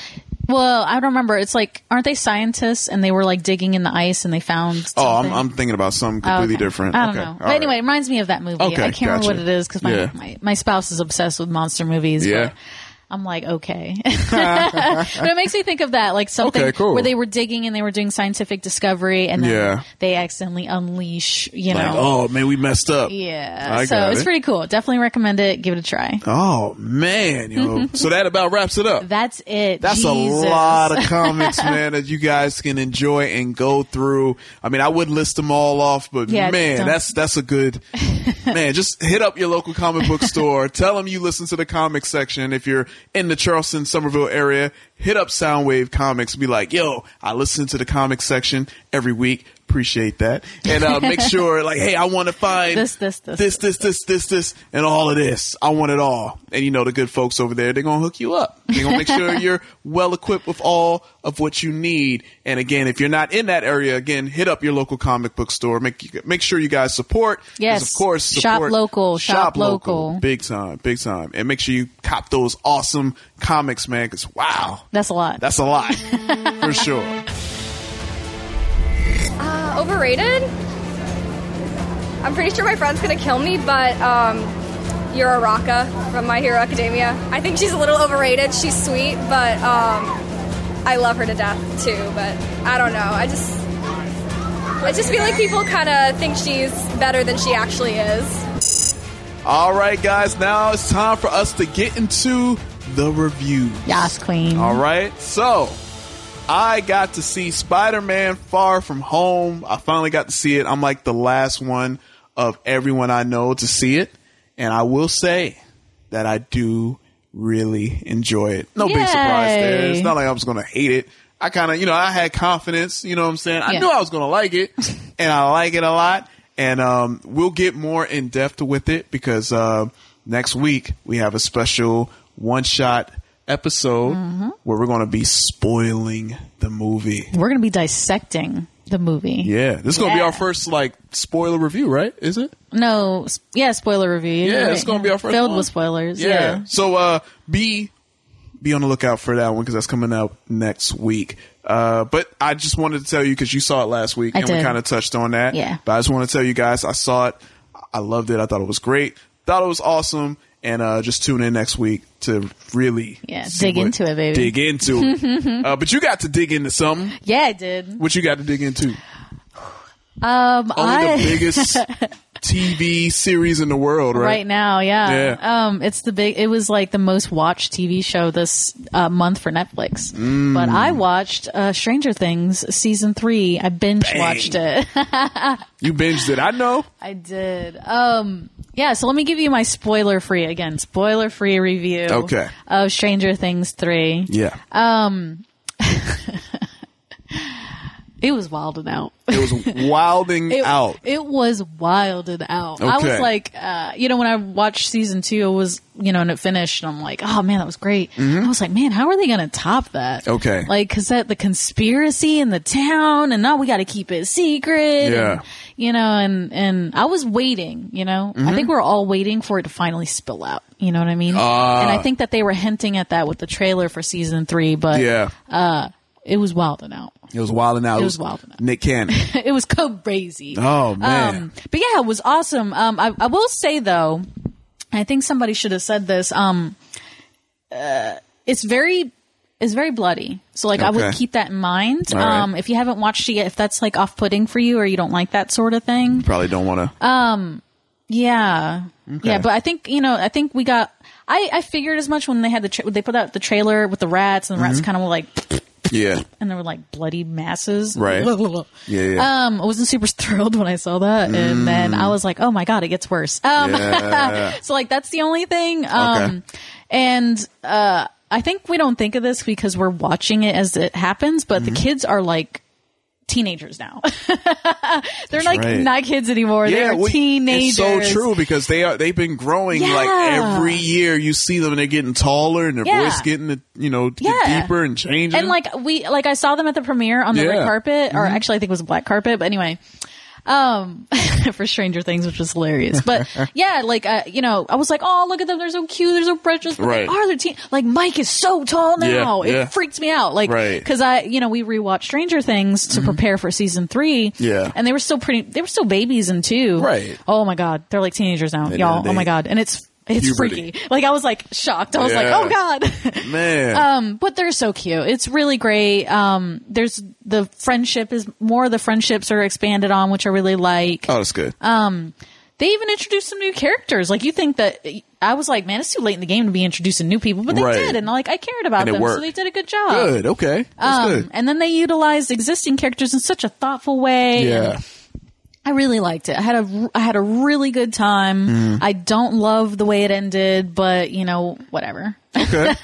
Well, I don't remember. It's like, aren't they scientists? And they were like digging in the ice and they found. Oh, I'm, something. I'm thinking about something Oh, completely okay. different. I don't okay. know. all But right. anyway, it reminds me of that movie. Okay, I can't remember gotcha. what it is because my, Yeah. my, my spouse is obsessed with monster movies. Yeah. But I'm (laughs) like, okay. but it makes me think of that, like something Okay, cool. where they were digging and they were doing scientific discovery and then Yeah. they accidentally unleash, you Like, know. oh man, we messed up. Yeah. I so got it's it. pretty cool. Definitely recommend it. Give it a try. Oh man, you (laughs) know. so that about wraps it up. That's it. That's Jesus. a lot (laughs) of comics, man, that you guys can enjoy and go through. I mean, I would list them all off, but Yeah, man, don't. that's that's a good (laughs) man. Just hit up your local comic book store. (laughs) Tell them you listen to the comic section. If you're in the Charleston Somerville area, hit up Soundwave Comics. Be like, yo, I listen to the comic section every week. Appreciate that, and uh, (laughs) make sure like, hey, I want to find This, this, this, this, this, this, this, this, and all of this. I want it all. And you know the good folks over there, they're gonna hook you up. They're gonna make sure (laughs) you're well equipped with all of what you need. And again, if you're not in that area, again, hit up your local comic book store. Make make sure you guys support. 'cause Yes. of course. Shop support- local, shop local. big time, big time. And make sure you cop those awesome comics, man. Because wow, That's a lot. that's a lot (laughs) for sure. Uh, overrated? I'm pretty sure my friend's gonna kill me, but um, Yura Raka from My Hero Academia. I think she's a little overrated. She's sweet, but um, I love her to death too. But I don't know. I just, I just feel like people kind of think she's better than she actually is. All right, guys. Now it's time for us to get into the reviews. Yes, queen. All right. So I got to see Spider Man Far From Home. I finally got to see it. I'm like the last one of everyone I know to see it. And I will say that I do really enjoy it. No big surprise there. It's Yay. not like I was going to hate it. I kind of, you know, I had confidence. You know what I'm saying? I Yeah. (laughs) knew I was going to like it. and I like it a lot. and um, we'll get more in depth with it because uh, next week we have a special one shot episode Mm-hmm. where we're going to be spoiling the movie. We're going to be dissecting the movie. Yeah, this is going to be Yeah. our first like spoiler review, right? Is it? No, s- yeah, spoiler review. Yeah, You're it's gonna be our first Filled one. with spoilers. Yeah. So uh, be be on the lookout for that one because that's coming out next week. Uh, but I just wanted to tell you because you saw it last week I and we did. kind of touched on that. Yeah. But I just want to tell you guys, I saw it. I loved it. I thought it was great. Thought it was awesome. And uh, just tune in next week to really Yeah, see dig what- into it, baby. Dig into (laughs) it. uh, but you got to dig into something. Yeah, I did. Um, What you got to dig into? Only I, (laughs) the biggest TV series in the world, right? right now, yeah. Yeah. Um, it's the big. It was like the most watched TV show this uh, month for Netflix. Mm. But I watched uh, Stranger Things season three. I binge Bang. watched it. (laughs) You binged it. I know. I did. Um, yeah. So let me give you my spoiler free again. Spoiler free review. Okay. Of Stranger Things three. Yeah. Um, it was wild and out. (laughs) It was wilding It, out. It was wild and out. I Okay. was like, uh, you know, when I watched season two, it was, you know, and it finished, and I'm like, oh man, that was great. I was like, man, how are they going to top that? Mm-hmm. Okay. Like, cause that the conspiracy in the town, and now we got to keep it secret. Yeah. And, you know, and and I was waiting. You know, Mhm. I think we're all waiting for it to finally spill out. You know what I mean? Ah. and I think that they were hinting at that with the trailer for season three, but Yeah. uh, it was wild and out. It was wilding out. It was wilding out. Nick (laughs) Cannon. it was crazy. Oh, man. Um, but yeah, it was awesome. Um, I, I will say though, I think somebody should have said this. Um, uh, it's very, it's very bloody. So like, I would Okay. keep that in mind. All right. Um, if you haven't watched it yet, if that's like off-putting for you or you don't like that sort of thing, Probably don't want to. um, yeah, Okay. yeah, but I think you know, I think we got. I, I figured as much when they had the tra- they put out the trailer with the rats and the rats Mhm. kind of were like Yeah. and they were like bloody masses (laughs) Right. Yeah, yeah. Mm. um I wasn't super (laughs) thrilled when I saw that and then I was like oh my god it gets worse um Yeah. (laughs) so like that's the only thing um and uh I think we don't think of this because we're watching it as it happens but Mm-hmm. the kids are like teenagers now (laughs) they're That's like right. not kids anymore they're we- teenagers It's so true because they are they've been growing like Yeah. every year. You see them and they're getting taller and their Yeah. voice getting you know get Yeah. deeper and changing. And like we like I saw them at the premiere on the Yeah. red carpet, or Mm-hmm. Mhm. actually I think it was black carpet, but anyway. Um, (laughs) for Stranger Things, which was hilarious, (laughs) but yeah, like uh, you know, I was like, oh, look at them, they're so cute, they're so precious. But Right. They are they're teen? Like Mike is so tall Yeah, now, it yeah. freaks me out. Like, Right. Mm-hmm. because I, you know, we rewatched Stranger Things to prepare for season three. Yeah. and they were still pretty, they were still babies in two. Right. Oh my god, they're like teenagers now, They- y'all. they- oh my god, and it's it's Puberty. freaky. Like I was like shocked. I was like, Yeah. oh god. (laughs) man. Um, but they're so cute. It's really great. Um, there's the friendship is more of the friendships are expanded on, which I really like. oh, that's good. Um, they even introduced some new characters. Like you think that I was like, man, it's too late in the game to be introducing new people, but they Right. did, and like I cared about And it them, so worked. they did a good job. Good. Okay. That's Um, good. and then they utilized existing characters in such a thoughtful way. Yeah. I really liked it. I had a I had a really good time. Mm. I don't love the way it ended, but you know, whatever.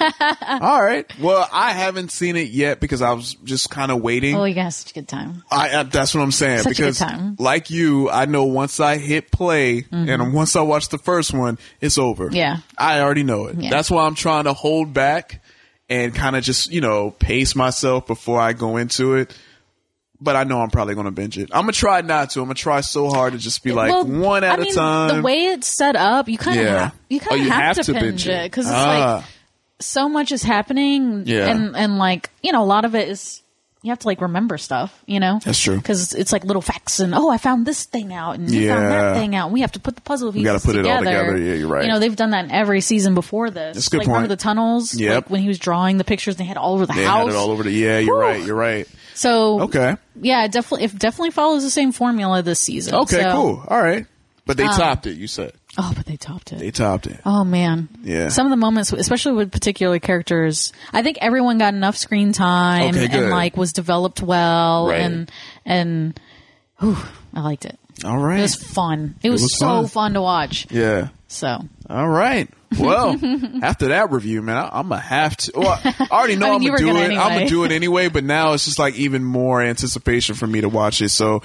All right. Well, I haven't seen it yet because I was just kind of waiting. Oh, you guys, such a good time. I, I that's what I'm saying Such a good because time. Mm-hmm. like you, I know once I hit play and once I watch the first one, it's over. Yeah. I already know it. Yeah. That's why I'm trying to hold back and kind of just you know pace myself before I go into it. But I know I'm probably gonna binge it. I'm gonna try not to. I'm gonna try so hard to just be like Well, one at I mean, a time. The way it's set up, you kind of Yeah. have, you Oh, kind of you have, have to to binge binge it it. because it's Ah. like so much is happening, Yeah. and and like you know, a lot of it is you have to like remember stuff, you know. That's true. because it's like little facts and oh, I found this thing out and you found Yeah. that thing out. And we have to put the puzzle You pieces gotta put it all together. together. Yeah, you're right. You know, they've done that in every season before this. That's a good like, Remember point. the tunnels? Yep. Like, when he was drawing the pictures, they had all over the they house. had it all over the yeah. You're Whew. right. You're right. so Okay. yeah, it definitely. It definitely follows the same formula this season. Okay. So- cool. All right. But they Um, topped it. You said Oh, but they topped it. they topped it. Oh man. Yeah. Some of the moments, especially with particular characters, I think everyone got enough screen time Okay, good. and like was developed well Right. and and whew, I liked it. All right. It was fun. It, It was, was so fun. fun. to watch. Yeah. So All right. (laughs) Well, after that review, man, I, I'm gonna have to. Well, I already know I I mean, you am were gonna do it. I'm gonna gonna anyway. do it anyway. But now it's just like even more anticipation for me to watch it. So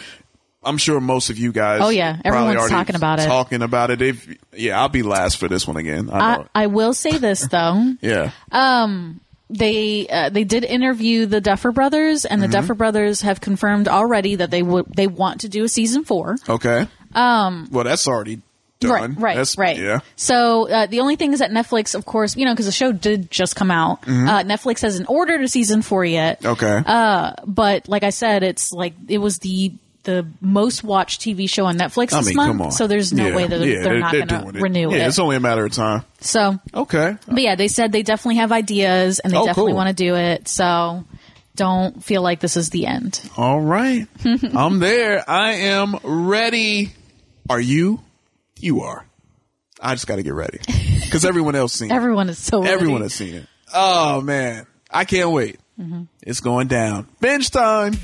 I'm sure most of you guys. Oh, yeah. probably Everyone's already talking about it. Talking about it. If yeah, I'll be last for this one again. I know. I, I will (laughs) say this though. yeah. Um, they uh, they did interview the Duffer Brothers, and the Mhm. Duffer Brothers have confirmed already that they would they want to do a season four. Okay. Um, Well, that's already done. Right, right, That's- right. Yeah. So uh, the only thing is that Netflix, of course, you know, because the show did just come out. Mhm. Uh, Netflix hasn't ordered a season four yet. Okay. Uh, but like I said, it's like it was the the most watched TV show on Netflix I this mean, month. come on. So there's no Yeah, way that yeah, they're, not going doing to renew Yeah, it. it's only a matter of time. so, Okay. but yeah, they said they definitely have ideas and they Oh, definitely cool. want to do it. So don't feel like this is the end. All (laughs) right. I'm there. I am ready. Are you? You are. I just got to get (laughs) ready because everyone else seen it. Everyone is so Everyone has seen it. Oh man, I can't wait. Mm-hmm. It's going down. Binge time.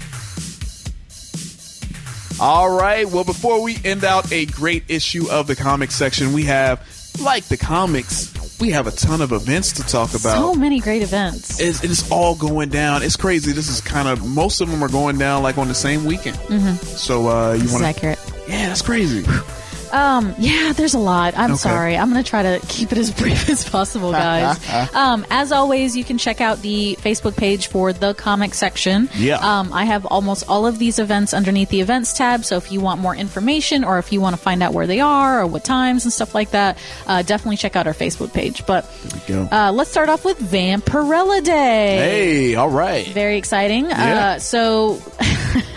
All right. Well, before we end out a great issue of the comic section, we have, like the comics, we have a ton of events to talk about. So many great events. It's, it's all going down. It's crazy. This is kind of most of them are going down like on the same weekend. Mhm. So uh, you This is want accurate. Yeah, that's crazy. Um, yeah, there's a lot. I'm Okay. sorry. I'm going to try to keep it as (laughs) brief as (laughs) possible, guys. um, as always, you can check out the Facebook page for the comic section. Yeah. Um, I have almost all of these events underneath the events tab. So if you want more information or if you want to find out where they are or what times and stuff like that, uh, definitely check out our Facebook page. But Go. uh, let's start off with Vampirella Day. hey, all right. Very exciting. Yeah. Uh, so, (laughs)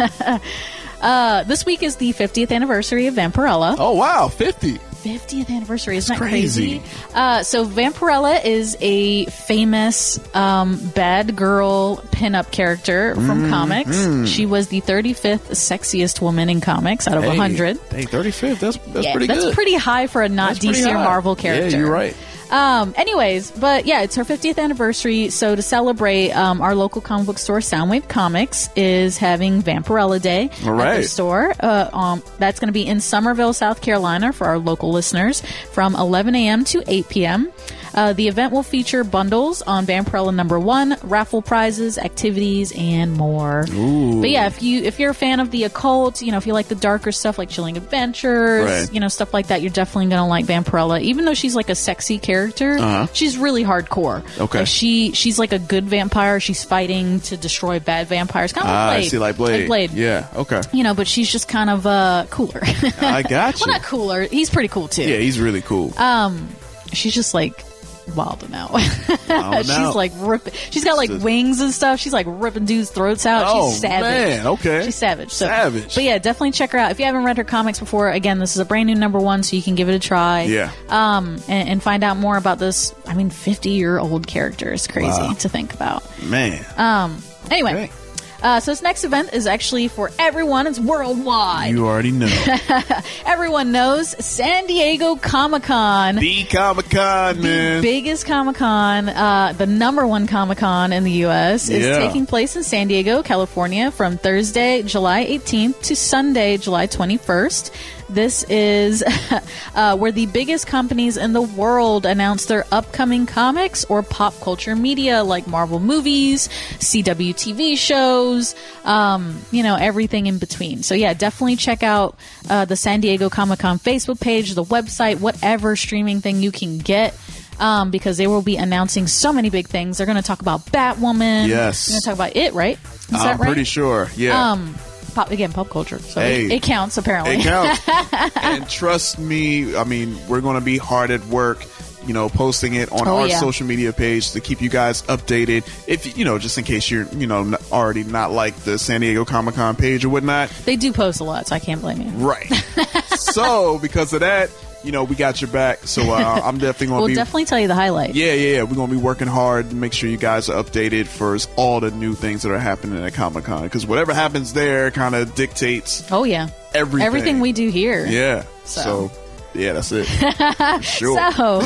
uh, this week is the 50th anniversary of Vampirella. Oh, wow, 50. 50th anniversary. Isn't It's that crazy. crazy? Uh, so, Vampirella is a famous um, bad girl pinup character from Mm, comics. mm. She was the 35th sexiest woman in comics out of Hey, 100. Hey, 35th. That's that's Yeah, pretty that's good. pretty high for a not That's pretty DC or high. Marvel character. Yeah, you're right. Um, anyways, but yeah, it's her 50th anniversary. So to celebrate, um, our local comic book store, Soundwave Comics, is having Vampirella Day All at their right. store. Uh, um, that's going to be in Somerville, South Carolina, for our local listeners, from 11 a.m. to 8 p.m. Uh, the event will feature bundles on Vampirella number one, raffle prizes, activities, and more. Ooh. But yeah, if you if you're a fan of the occult, you know if you like the darker stuff like Chilling Adventures, Right. you know stuff like that, you're definitely gonna like Vampirella. Even though she's like a sexy character, Uh-huh. she's really hardcore. Okay. Like, she she's like a good vampire. She's fighting to destroy bad vampires, kind of Ah, like I Blade. see, like Blade. Like Blade. Yeah. (laughs) Okay. You know, but she's just kind of uh cooler. (laughs) I got you. well, not cooler. He's pretty cool too. Yeah, he's really cool. Um, she's just like wilding out. (laughs) Wilding she's out. like ripping. She's got like Just- wings and stuff. She's like ripping dudes' throats out. Oh, she's savage. man, okay. She's savage. So, Savage. But yeah, definitely check her out. If you haven't read her comics before, again, this is a brand new number one, so you can give it a try. Yeah. Um, and, and find out more about this. I mean, fifty-year-old character is crazy Wow. to think about. Man. Um. Anyway. Uh, so this next event is actually for everyone. It's worldwide. You already (laughs) know. Everyone knows San Diego Comic Con. The Comic Con, man. biggest Comic Con, uh, the number one Comic Con in the U.S., is Yeah. taking place in San Diego, California from Thursday, July 18th to Sunday, July 21st. This is (laughs) uh, where the biggest companies in the world announce their upcoming comics or pop culture media like Marvel movies, CW TV shows, um, you know, everything in between. So, yeah, definitely check out uh, the San Diego Comic Con Facebook page, the website, whatever streaming thing you can get um, because they will be announcing so many big things. They're going to talk about Batwoman. Yes. They're going to talk about it, right? Is I'm that right? pretty sure. Yeah. Um, pop, again, pop culture. So Hey. it, it counts, apparently. It counts. and trust me, I mean, we're going to be hard at work, you know, posting it on Oh, our yeah. social media page to keep you guys updated. If, you know, just in case you're, you know, n- already not like the San Diego Comic Con page or whatnot. they do post a lot, so I can't blame you. Right. (laughs) so, because of that, you know, we got your back. So, (laughs) uh, I'm definitely going to We'll be. definitely tell you the highlight. yeah, yeah, yeah. We're gonna be working hard to make sure you guys are updated for all the new things that are happening at Comic Con. Because whatever happens there, kind of dictates Oh, yeah. everything. Everything we do here. Yeah. So. So, yeah, that's (laughs) it. sure. (laughs) so,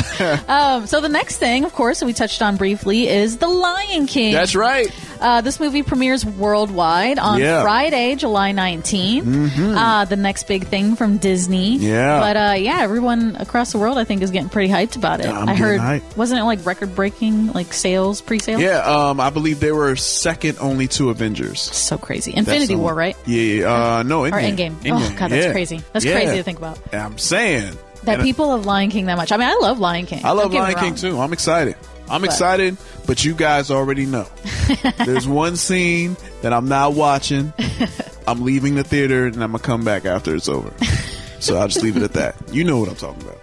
um, so the next thing, of course, that we touched on briefly is The Lion King. That's right. Uh, this movie premieres worldwide on Yeah. Friday, July 19th. Mhm. Uh, the next big thing from Disney. Yeah. But uh, yeah, everyone across the world, I think, is getting pretty hyped about it. Yeah, I'm I getting heard, hyped. wasn't it like record breaking, like sales, pre sales? Yeah, um, I believe they were second only to Avengers. So crazy. Infinity War, right? Yeah, yeah. Uh, no, Or Endgame. Endgame. Oh, God, that's yeah. crazy. That's Yeah. crazy to think about. I'm saying That And people love Lion King that much. I mean, I love Lion King. I love Don't get me Lion King wrong. too. I'm excited. I'm But- excited, but you guys already (laughs) know. There's one scene that I'm not (laughs) watching. I'm leaving the theater and I'm gonna come back after it's over. So I'll just leave it at that. You know what I'm talking about.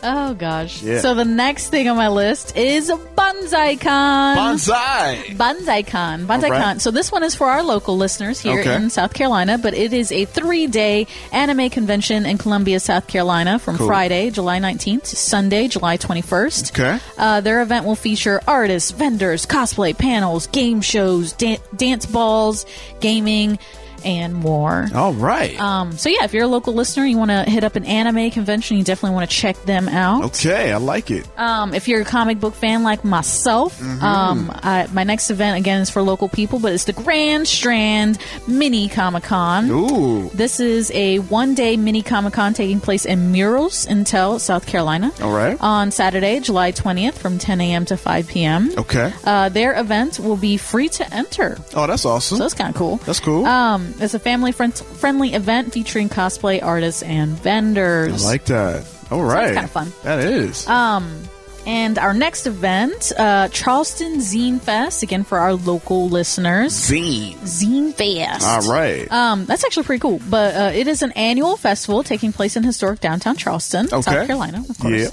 Oh gosh. Yeah. So the next thing on my list is Bonsai Con. Bonsai. Bonsai Con. Bonsai All right. Con. So this one is for our local listeners here Okay. in South Carolina, but it is a three-day anime convention in Columbia, South Carolina, from Cool. Friday, July 19th to Sunday, July 21st. Okay. Uh, their event will feature artists, vendors, cosplay panels, game shows, dan- dance balls, gaming, and more. All right. Um, so yeah, if you're a local listener, you want to hit up an anime convention, you definitely want to check them out. Okay, I like it. Um, if you're a comic book fan like myself, Mhm. um, I, my next event again is for local people, but it's the Grand Strand Mini Comic Con. Ooh. This is a one-day mini Comic Con taking place in Murals, Intel, South Carolina. All right. On Saturday, July 20th, from 10 a.m. to 5 p.m. Okay. Uh, their event will be free to enter. Oh, that's awesome. So that's kind of cool. That's cool. Um, it's a family friend- friendly event featuring cosplay artists and vendors. I like that. All um, So right. that's kinda fun. That is. Um, and our next event, uh, Charleston Zine Fest, again for our local listeners. Zine. Zine Fest. All right. Um, that's actually pretty cool. But uh, it is an annual festival taking place in historic downtown Charleston, Okay. South Carolina, of Yeah. course.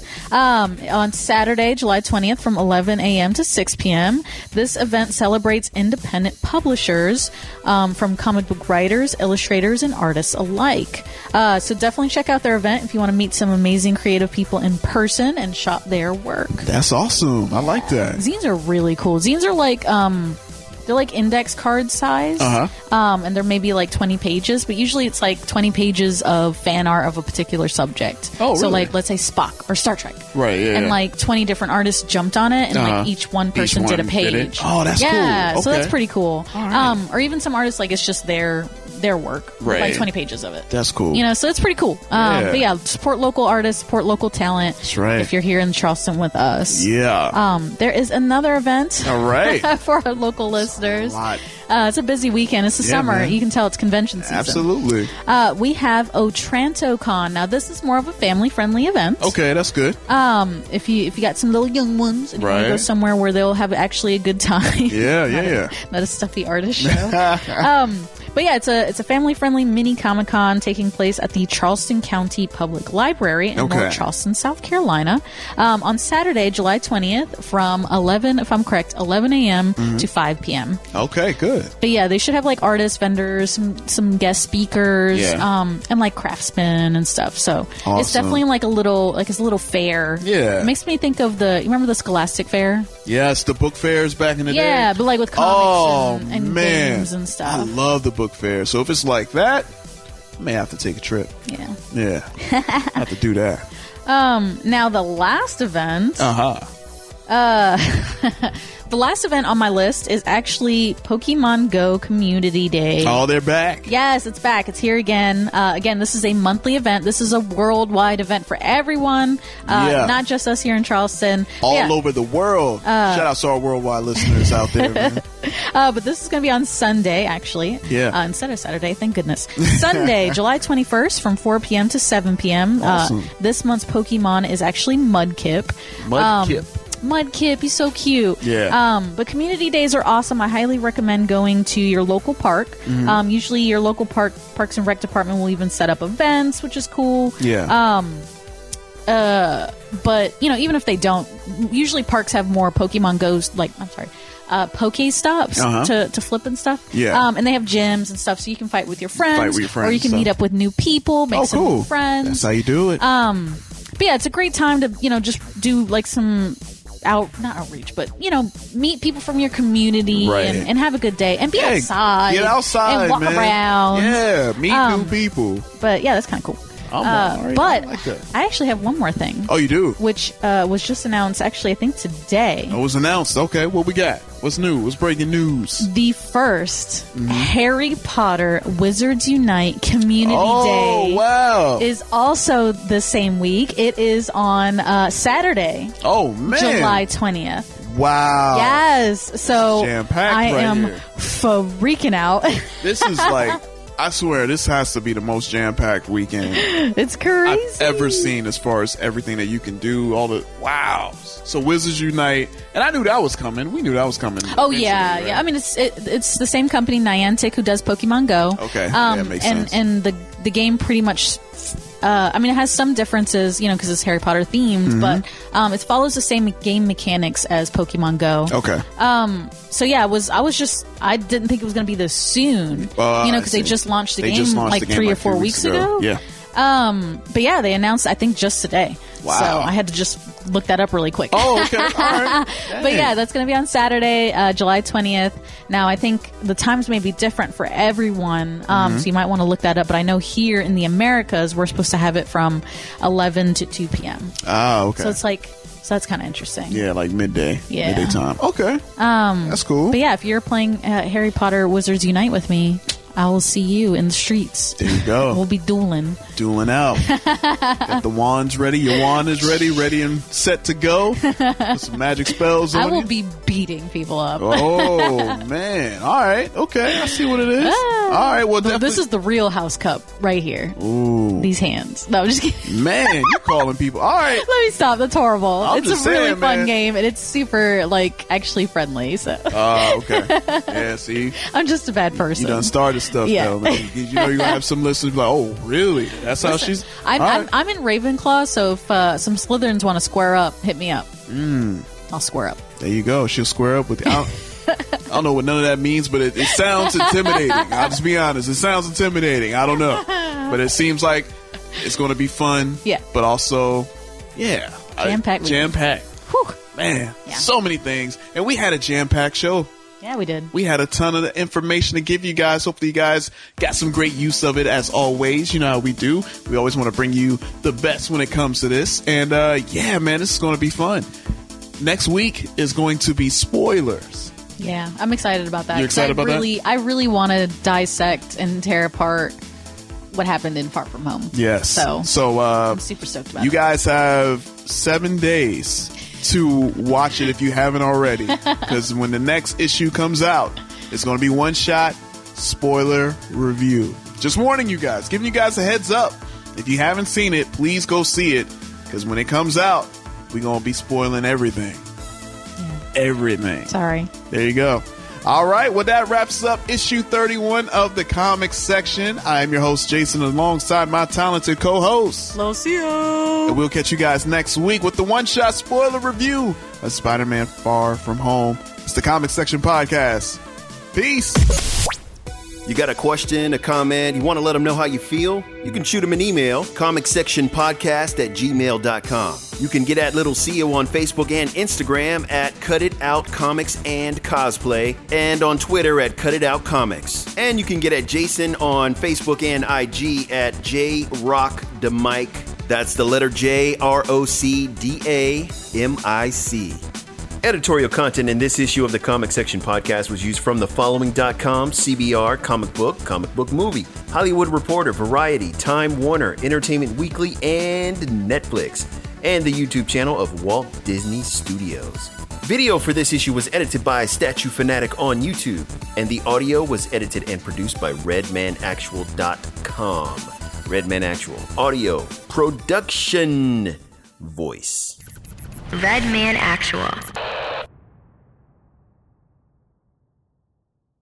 Um, on Saturday, July 20th from 11 a.m. to 6 p.m., this event celebrates independent publishers um, from comic book writers, illustrators, and artists alike. Uh, so definitely check out their event if you want to meet some amazing creative people in person and shop their work. That's awesome. I like that. Zines are really cool. Zines are like um, they're like index card size, Uh-huh. um, and they're maybe like twenty pages. But usually it's like twenty pages of fan art of a particular subject. Oh, so really? like let's say Spock or Star Trek. Right, yeah, and yeah. like twenty different artists jumped on it, and Uh-huh. like each one Each person did a one did page. it? Oh, that's cool. yeah. So Okay. that's pretty cool. Um, or even some artists like it's just their their work, Right. like twenty pages of it. That's cool. You know, so it's pretty cool. Um, Yeah. But yeah, support local artists, support local talent. That's right. If you're here in Charleston with us, Yeah. Um, there is another event. (laughs) All right. for our local listeners, (laughs) lot. Uh, it's a busy weekend. It's the Yeah, summer. man. You can tell it's convention season. Absolutely. Uh, we have Otranto Con. Now, this is more of a family-friendly event. Okay, that's good. Um, if you if you got some little young ones and you want Right. to go somewhere where they'll have actually a good time, Yeah, yeah, yeah. not a (laughs) stuffy artist show. um, but yeah, it's a it's a family friendly mini Comic Con taking place at the Charleston County Public Library in Okay. North Charleston, South Carolina, um, on Saturday, July twentieth, from eleven, if I'm correct, eleven a.m. Mhm. to five p.m. Okay, good. But yeah, they should have like artists, vendors, some some guest speakers, Yeah. um, and like craftsmen and stuff. So it's Awesome. definitely like a little like it's a little fair. Yeah. it makes me think of the you remember the Scholastic Fair? Yes, the book fairs back in the day. Yeah, but like with comics Oh and, and man, games and stuff. I love the book fair. So if it's like that, I may have to take a trip. Yeah. Yeah, (laughs) I have to do that. Um, now the last event, Uh huh. uh, (laughs) the last event on my list is actually Pokemon Go Community Day. Oh, they're back. Yes, it's back. It's here again. Uh, again, this is a monthly event. This is a worldwide event for everyone, uh, Yeah. not just us here in Charleston. All Yeah. over the world. Uh. Shout out to our worldwide listeners out (laughs) there. man. Uh, but this is going to be on Sunday, actually. Yeah. Uh, instead of Saturday, thank (laughs) goodness. Sunday, July 21st from 4 p.m. to 7 p.m. Awesome. Uh, this month's Pokemon is actually Mudkip. Um, Mudkip. Mudkip, he's so cute. Yeah. Um, but community days are awesome. I highly recommend going to your local park. Mm-hmm. Mhm. Um, usually, your local park, Parks and Rec department will even set up events, which is cool. Yeah. Um, uh, but you know, even if they don't, usually parks have more Pokemon Go's. Like, I'm sorry, uh, Poke stops Uh-huh. to to flip and stuff. Yeah. um, and they have gyms and stuff, so you can fight with your friends, Fight with your friends or you can and meet stuff. up with new people, make oh, some cool. new friends. That's how you do it. Um, but yeah, it's a great time to you know just do like some out not outreach, but you know meet people from your community Right. and, and have a good day and be Yeah, outside, Get outside, and walk man. around. Yeah, meet Um, new people. But yeah, that's kind of cool. I'm Uh, all right. but I like that. I actually have one more thing, Oh, you do? which uh, was just announced actually, I think today. It was announced. Okay, what we got? What's new? What's breaking news? The 1st Mhm. Harry Potter Wizards Unite Community Oh, Day wow. is also the same week. It is on uh, Saturday, Oh man! July 20th. Wow. Yes. So Jam-packed I right am here. freaking out. (laughs) This is like, I swear, this has to be the most jam-packed weekend it's crazy. I've ever seen as far as everything that you can do. All the wow. So Wizards Unite, and I knew that was coming. We knew that was coming. Oh yeah, yeah. I mean, it's it, it's the same company, Niantic, who does Pokemon Go. Okay, um, that makes and sense. and the the game pretty much. Uh, I mean, it has some differences, you know, because it's Harry Potter themed, Mhm. but um, it follows the same game mechanics as Pokemon Go. Okay. Um. So yeah, it was I was just I didn't think it was going to be this soon. Uh, you I know, because they see. just launched the They game just launched like the game three like or a four few weeks weeks ago. Yeah. Um. But yeah, they announced I think just today. Wow. So I had to just look that up really quick. Oh, (laughs) okay. All right. but Dang. yeah, that's going to be on Saturday, uh, July 20th. Now, I think the times may be different for everyone, Mhm. um, Mm-hmm. so you might want to look that up. But I know here in the Americas, we're supposed to have it from 11 to 2 p.m. Oh, okay. So it's like, so that's kind of interesting. yeah, like midday. Yeah. Midday time. Okay. Um, That's cool. But yeah, if you're playing uh, Harry Potter Wizards Unite with me, I will see you in the streets. There you go. we'll be dueling. Dueling (laughs) out. Got the wand's ready. Your wand is ready, ready and set to go. Put some magic spells on I will you. be beating people up. Oh man! All right, okay. I see what it is. Ah. All right, well, Th- definitely. this is the real House Cup right here. Ooh, These hands. No, I'm just kidding. man, you calling people? All right, Let me stop. That's horrible. I'm it's a just really saying, fun man. game, and it's super like actually friendly. So (laughs) Oh, okay. Yeah, see, I'm just a bad person. you done started stuff Yeah. though. Man. You, you know, you're gonna have some listeners be like, "Oh, really? That's how Listen, she's." I'm, All I'm, I'm in Ravenclaw, so if uh, some Slytherins want to square up, hit me up. Mm. I'll square up. There you go. She'll square up with. I don't, (laughs) I don't know what none of that means, but it, it sounds intimidating. I'll just be honest. It sounds intimidating. I don't know, but it seems like it's going to be fun. Yeah. But also, yeah, Jam-packed Jam weekend. packed. Man, so many things, and we had a jam packed show. Yeah, we did. We had a ton of information to give you guys. Hopefully, you guys got some great use of it as always. You know how we do. We always want to bring you the best when it comes to this. And uh, yeah, man, this is going to be fun. Next week is going to be spoilers. Yeah, I'm excited about that. You're 'cause I excited about that? really, I really want to dissect and tear apart what happened in Far From Home. Yes. So, so uh, I'm super stoked about You it. guys have seven days to watch it if you haven't already, because when the next issue comes out, it's going to be one shot spoiler review. Just warning you guys, giving you guys a heads up. If you haven't seen it, please go see it, because when it comes out, we're going to be spoiling everything. Everything. Sorry. There you go. All right, well, that wraps up issue 31 of the comics section. I am your host, Jason, alongside my talented co host. And we'll catch you guys next week with the one shot spoiler review of Spider Man Far From Home. It's the comics section podcast. Peace. You got a question, a comment, you want to let them know how you feel? You can shoot them an email, comicsectionpodcast at gmail.com. You can get at Little CEO on Facebook and Instagram at Cut It Out Comics and Cosplay, and on Twitter at Cut It Out Comics. And you can get at Jason on Facebook and IG at JRockDemike. That's the letter J R O C D A M I C. Editorial content in this issue of the Comic Section Podcast was used from the following.com, CBR, Comic Book, Comic Book Movie, Hollywood Reporter, Variety, Time Warner, Entertainment Weekly, and Netflix, and the YouTube channel of Walt Disney Studios. Video for this issue was edited by Statue Fanatic on YouTube, and the audio was edited and produced by RedmanActual.com. Redman Actual Audio Production Voice. Red Man Actual.